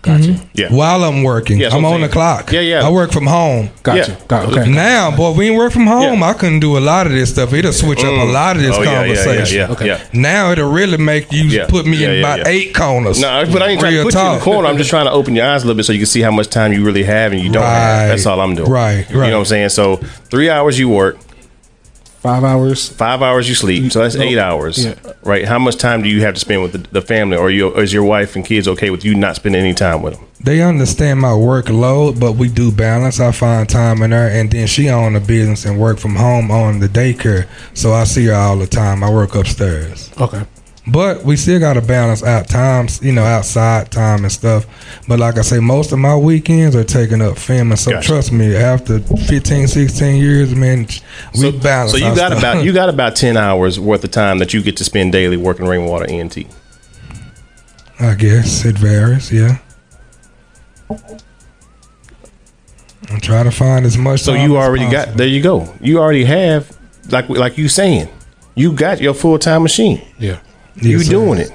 S3: Gotcha.
S2: Mm-hmm. Yeah.
S4: While I'm working,
S2: Yeah, that's
S4: I'm
S2: what
S4: on
S2: I'm
S4: the
S2: saying.
S4: clock.
S2: Yeah, yeah.
S4: I work from home.
S3: Gotcha.
S2: Yeah.
S3: Got, okay.
S4: Now, boy, we ain't work from home.
S2: Yeah.
S4: I couldn't do a lot of this stuff. It'll switch up a lot of this
S2: Oh, yeah, yeah,
S4: conversation.
S2: yeah, yeah,
S3: Okay.
S2: yeah.
S4: Now it'll really make you
S2: Yeah.
S4: put me
S2: Yeah,
S4: in
S2: yeah,
S4: about
S2: yeah.
S4: eight corners.
S2: No, but I ain't trying to
S4: Real
S2: put you in
S4: talk.
S2: the corner. I'm just trying to open your eyes a little bit so you can see how much time you really have and you don't
S4: Right.
S2: have. That's all I'm doing.
S4: Right,
S2: You
S4: right.
S2: know what I'm saying? So three hours you work,
S3: 5 hours.
S2: five hours you sleep, so that's
S3: No.
S2: eight hours.
S3: Yeah.
S2: Right? How much time do you have to spend with the, the family, or you, is your wife and kids okay with you not spending any time with them?
S4: They understand my workload, but we do balance. I find time in her, and then she own a business and work from home on the daycare. So I see her all the time. I work upstairs.
S3: Okay.
S4: But we still got to balance out times, you know, outside time and stuff. But like I say, most of my weekends are taken up filming. So
S2: Gotcha.
S4: trust me, after 15, 16 years, man, we balance.
S2: So you
S4: our
S2: got
S4: stuff.
S2: about you got about ten hours worth of time that you get to spend daily working rainwater ENT.
S4: (laughs) I guess it varies. Yeah. I'm trying to find as much.
S2: So
S4: time
S2: you
S4: as
S2: already got
S4: possible.
S2: there. You go. You already have like like you saying, you got your full time machine.
S3: Yeah.
S2: you
S4: Yes, sir.
S2: doing it.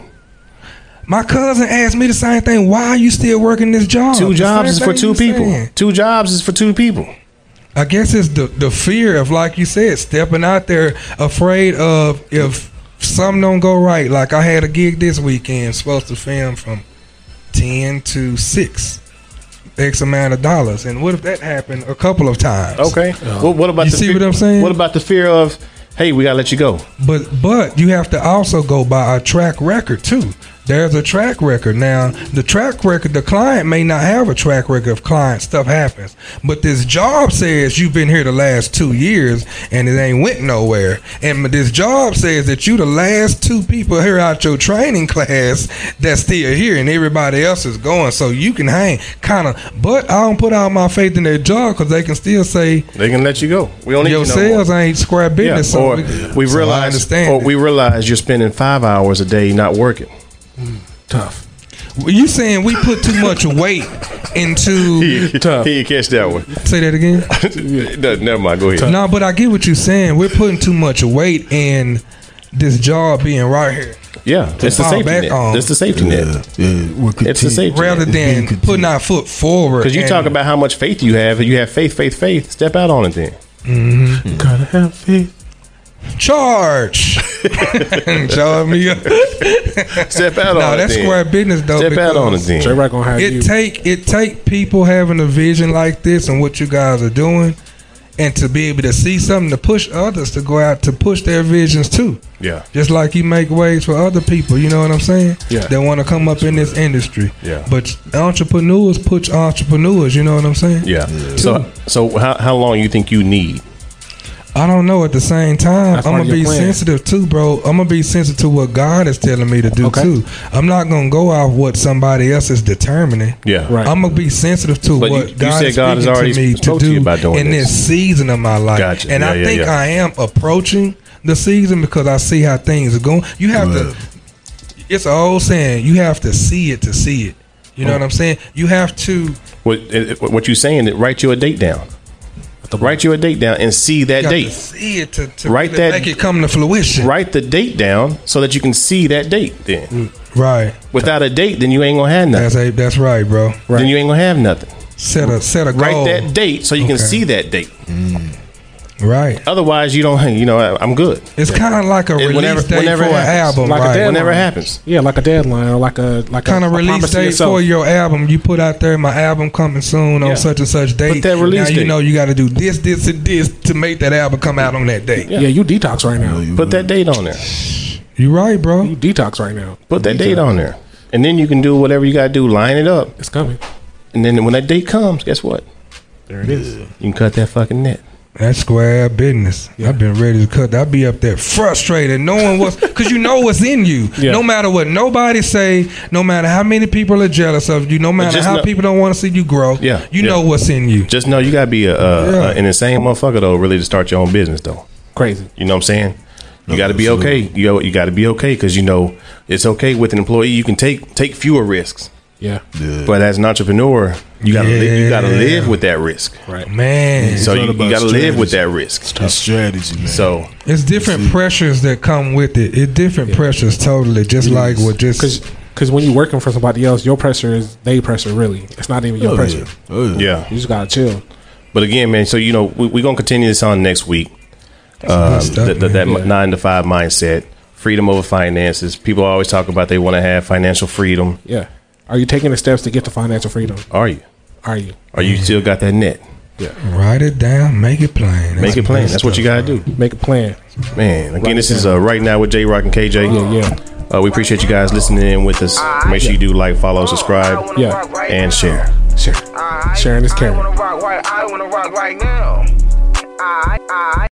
S4: My cousin asked me the same thing. Why are you still working this job?
S2: Two
S4: The
S2: jobs is
S4: same
S2: for
S4: thing
S2: two
S4: you
S2: people.
S4: saying.
S2: Two jobs is for two people.
S4: I guess it's the the fear of, like you said, stepping out there, afraid of if something don't go right. Like I had a gig this weekend, supposed to film from ten to six, x amount of dollars. And what if that happened a couple of times?
S2: Okay. Well, what about
S4: You
S2: the
S4: see
S2: fear,
S4: what I'm saying?
S2: What about the fear of, hey, we gotta let you go?
S4: But but you have to also go by a track record too. There's a track record. Now, the track record, the client may not have a track record of client stuff happens, but this job says you've been here the last two years and it ain't went nowhere. And this job says that you the last two people here out your training class that's still here and everybody else is going. So you can hang kind of, but I don't put all my faith in their job because they can still say
S2: They can let you go. We don't need
S4: your
S2: you no more.
S4: sales ain't square
S2: Yeah,
S4: business.
S2: or
S4: so
S2: we
S4: so I
S2: realize,
S4: understand
S2: or
S4: it.
S2: we realize you're spending five hours a day not
S4: (laughs)
S2: working.
S5: Tough.
S4: Well, you saying we put too much weight into?
S2: He, he catch that
S4: (laughs)
S2: one.
S4: Say that again.
S2: No, Never mind. Go ahead.
S4: No, but I get what you're saying. We're putting too much weight in this job being right here,
S2: Yeah, it's the
S4: fall
S2: safety
S4: back
S2: net.
S4: on.
S2: It's the safety
S5: Yeah,
S2: net.
S5: yeah. We'll
S2: It's the
S5: continue.
S2: safety
S4: rather
S2: net.
S4: than
S5: continued.
S4: putting our foot forward.
S2: Because you
S4: and-
S2: talk about how much faith you have, and you have faith, faith, faith. Step out on it then.
S5: Gotta have faith.
S2: (laughs)
S4: charge, charge me up.
S2: Step out
S4: (laughs) No,
S2: on it.
S4: that's
S2: then.
S4: square business though.
S2: Step out on it
S4: because
S2: then.
S3: J Rock gonna have you.
S4: It take it take people having a vision like this and what you guys are doing, and to be able to see something to push others to go out to push their visions too.
S2: Yeah.
S4: Just like you make ways for other people, you know what I'm saying?
S2: Yeah.
S4: That want to come up in this industry.
S2: Yeah.
S4: But entrepreneurs push entrepreneurs, you know what I'm saying?
S2: Yeah. So, so how, how long you think you need?
S4: I don't know. At the same time,
S3: That's
S4: I'm
S3: part of
S4: gonna
S3: your
S4: be
S3: plan.
S4: sensitive too, bro. I'm gonna be sensitive to what God is telling me to do
S3: Okay.
S4: too. I'm not gonna go off what somebody else is determining.
S2: Yeah.
S3: Right.
S4: I'm gonna be sensitive to
S2: But you-
S4: what
S2: you
S4: God,
S2: said
S4: is
S2: God has
S4: speaking
S2: already
S4: to me to
S2: spoke to
S4: do
S2: you about doing
S4: in this.
S2: this.
S4: season of my life,
S2: Gotcha.
S4: and
S2: Yeah,
S4: I
S2: yeah,
S4: think
S2: yeah.
S4: I am approaching the season because I see how things are going. You have
S5: Good.
S4: to. It's an old saying. You have to see it to see it. You
S2: Oh.
S4: know what I'm saying? You have to.
S2: What, it- what you saying? That write you a date down. Write you a date down and see that
S4: got
S2: date.
S4: to see it to, to
S2: Write
S4: really
S2: that-
S4: make it come to fruition.
S2: Write the date down so that you can see that date. Then,
S4: Right.
S2: without a date, then you ain't gonna have nothing.
S4: Mm. That's a, that's right, bro.
S2: Then you ain't gonna have nothing.
S4: Set a set a
S2: Write
S4: goal.
S2: that date so you can
S4: Okay.
S2: see that date.
S4: Right.
S2: Otherwise, you don't. You know, I- I'm good.
S4: It's kind of like a
S2: And
S4: release
S2: whenever-
S4: date
S2: whenever it
S4: for an
S2: happens.
S4: album.
S3: Like a
S4: right.
S3: deadline.
S2: Whenever it happens,
S3: yeah, like a deadline or like a like
S4: kind
S3: a,
S4: of
S3: a
S4: release
S3: promise to
S4: date
S3: yourself.
S4: for your album. You put out there, my album coming soon on
S2: Yeah.
S4: such and such date.
S2: that release
S4: now you
S2: date.
S4: know you got to do this, this, and this to make that album come out on that date.
S3: Yeah. you detox right now.
S5: Oh,
S3: You
S2: put that date on there.
S4: You right, bro.
S3: detox right now.
S2: Put that date on there, and then you can do whatever you gotta do. Line it up,
S3: It's coming.
S2: and then when that date comes, guess what?
S3: There it is.
S2: You can cut that fucking net.
S4: That's square business. I've been ready to cut. I be up there frustrated, knowing
S2: (laughs)
S4: what's because you know what's in you.
S3: Yeah.
S4: No matter what nobody say, no matter how many people are jealous of you, no matter
S2: just
S4: how
S2: know-
S4: people don't want to see you grow.
S2: Yeah,
S4: you
S2: yeah.
S4: know what's in you.
S2: Just know you gotta be a, a,
S4: Yeah.
S2: a- an insane motherfucker though, really, to start your own business though.
S3: Crazy.
S2: You know what I'm saying? You got to be okay. You know, you got to be okay because you know it's okay with an employee. You can take take fewer risks,
S3: Yeah.
S2: but as an entrepreneur, you got to
S4: Yeah.
S2: you got to live with that risk.
S4: Man,
S2: So
S5: all
S2: you,
S5: about
S2: got to live with
S5: strategy.
S2: that risk.
S5: It's strategy, man.
S2: So
S4: it's different pressures that come with it. It's different pressures totally. Just like what
S3: Because
S4: just
S3: when you're working for somebody else, your pressure is they pressure really. It's not even your
S5: Oh,
S3: pressure.
S5: yeah. Oh, yeah.
S2: yeah,
S3: You just gotta chill.
S2: but again, man. So you know we're we gonna continue this on next week.
S4: good
S2: Um,
S4: stuff,
S2: that that, that
S4: man.
S2: m- nine to five mindset, freedom over finances. People always talk about they want to have financial freedom.
S3: Yeah. Are you taking the steps to get to financial freedom?
S2: Are you?
S3: Are you?
S2: Are you still got that net?
S4: write it down, make it plain. That's
S2: Make it plain.
S4: good
S2: That's what you
S4: stuff,
S2: gotta do.
S3: Make a plan.
S2: Man, again, this is uh, right now with J Rock and KJ.
S3: Yeah,
S2: Uh, we appreciate you guys listening in with us. Make sure you do like, follow, subscribe,
S3: Yeah.
S2: and share.
S3: Sure.
S1: I,
S3: Sharing is caring.
S1: I wanna rock right. I wanna rock right now. I, I.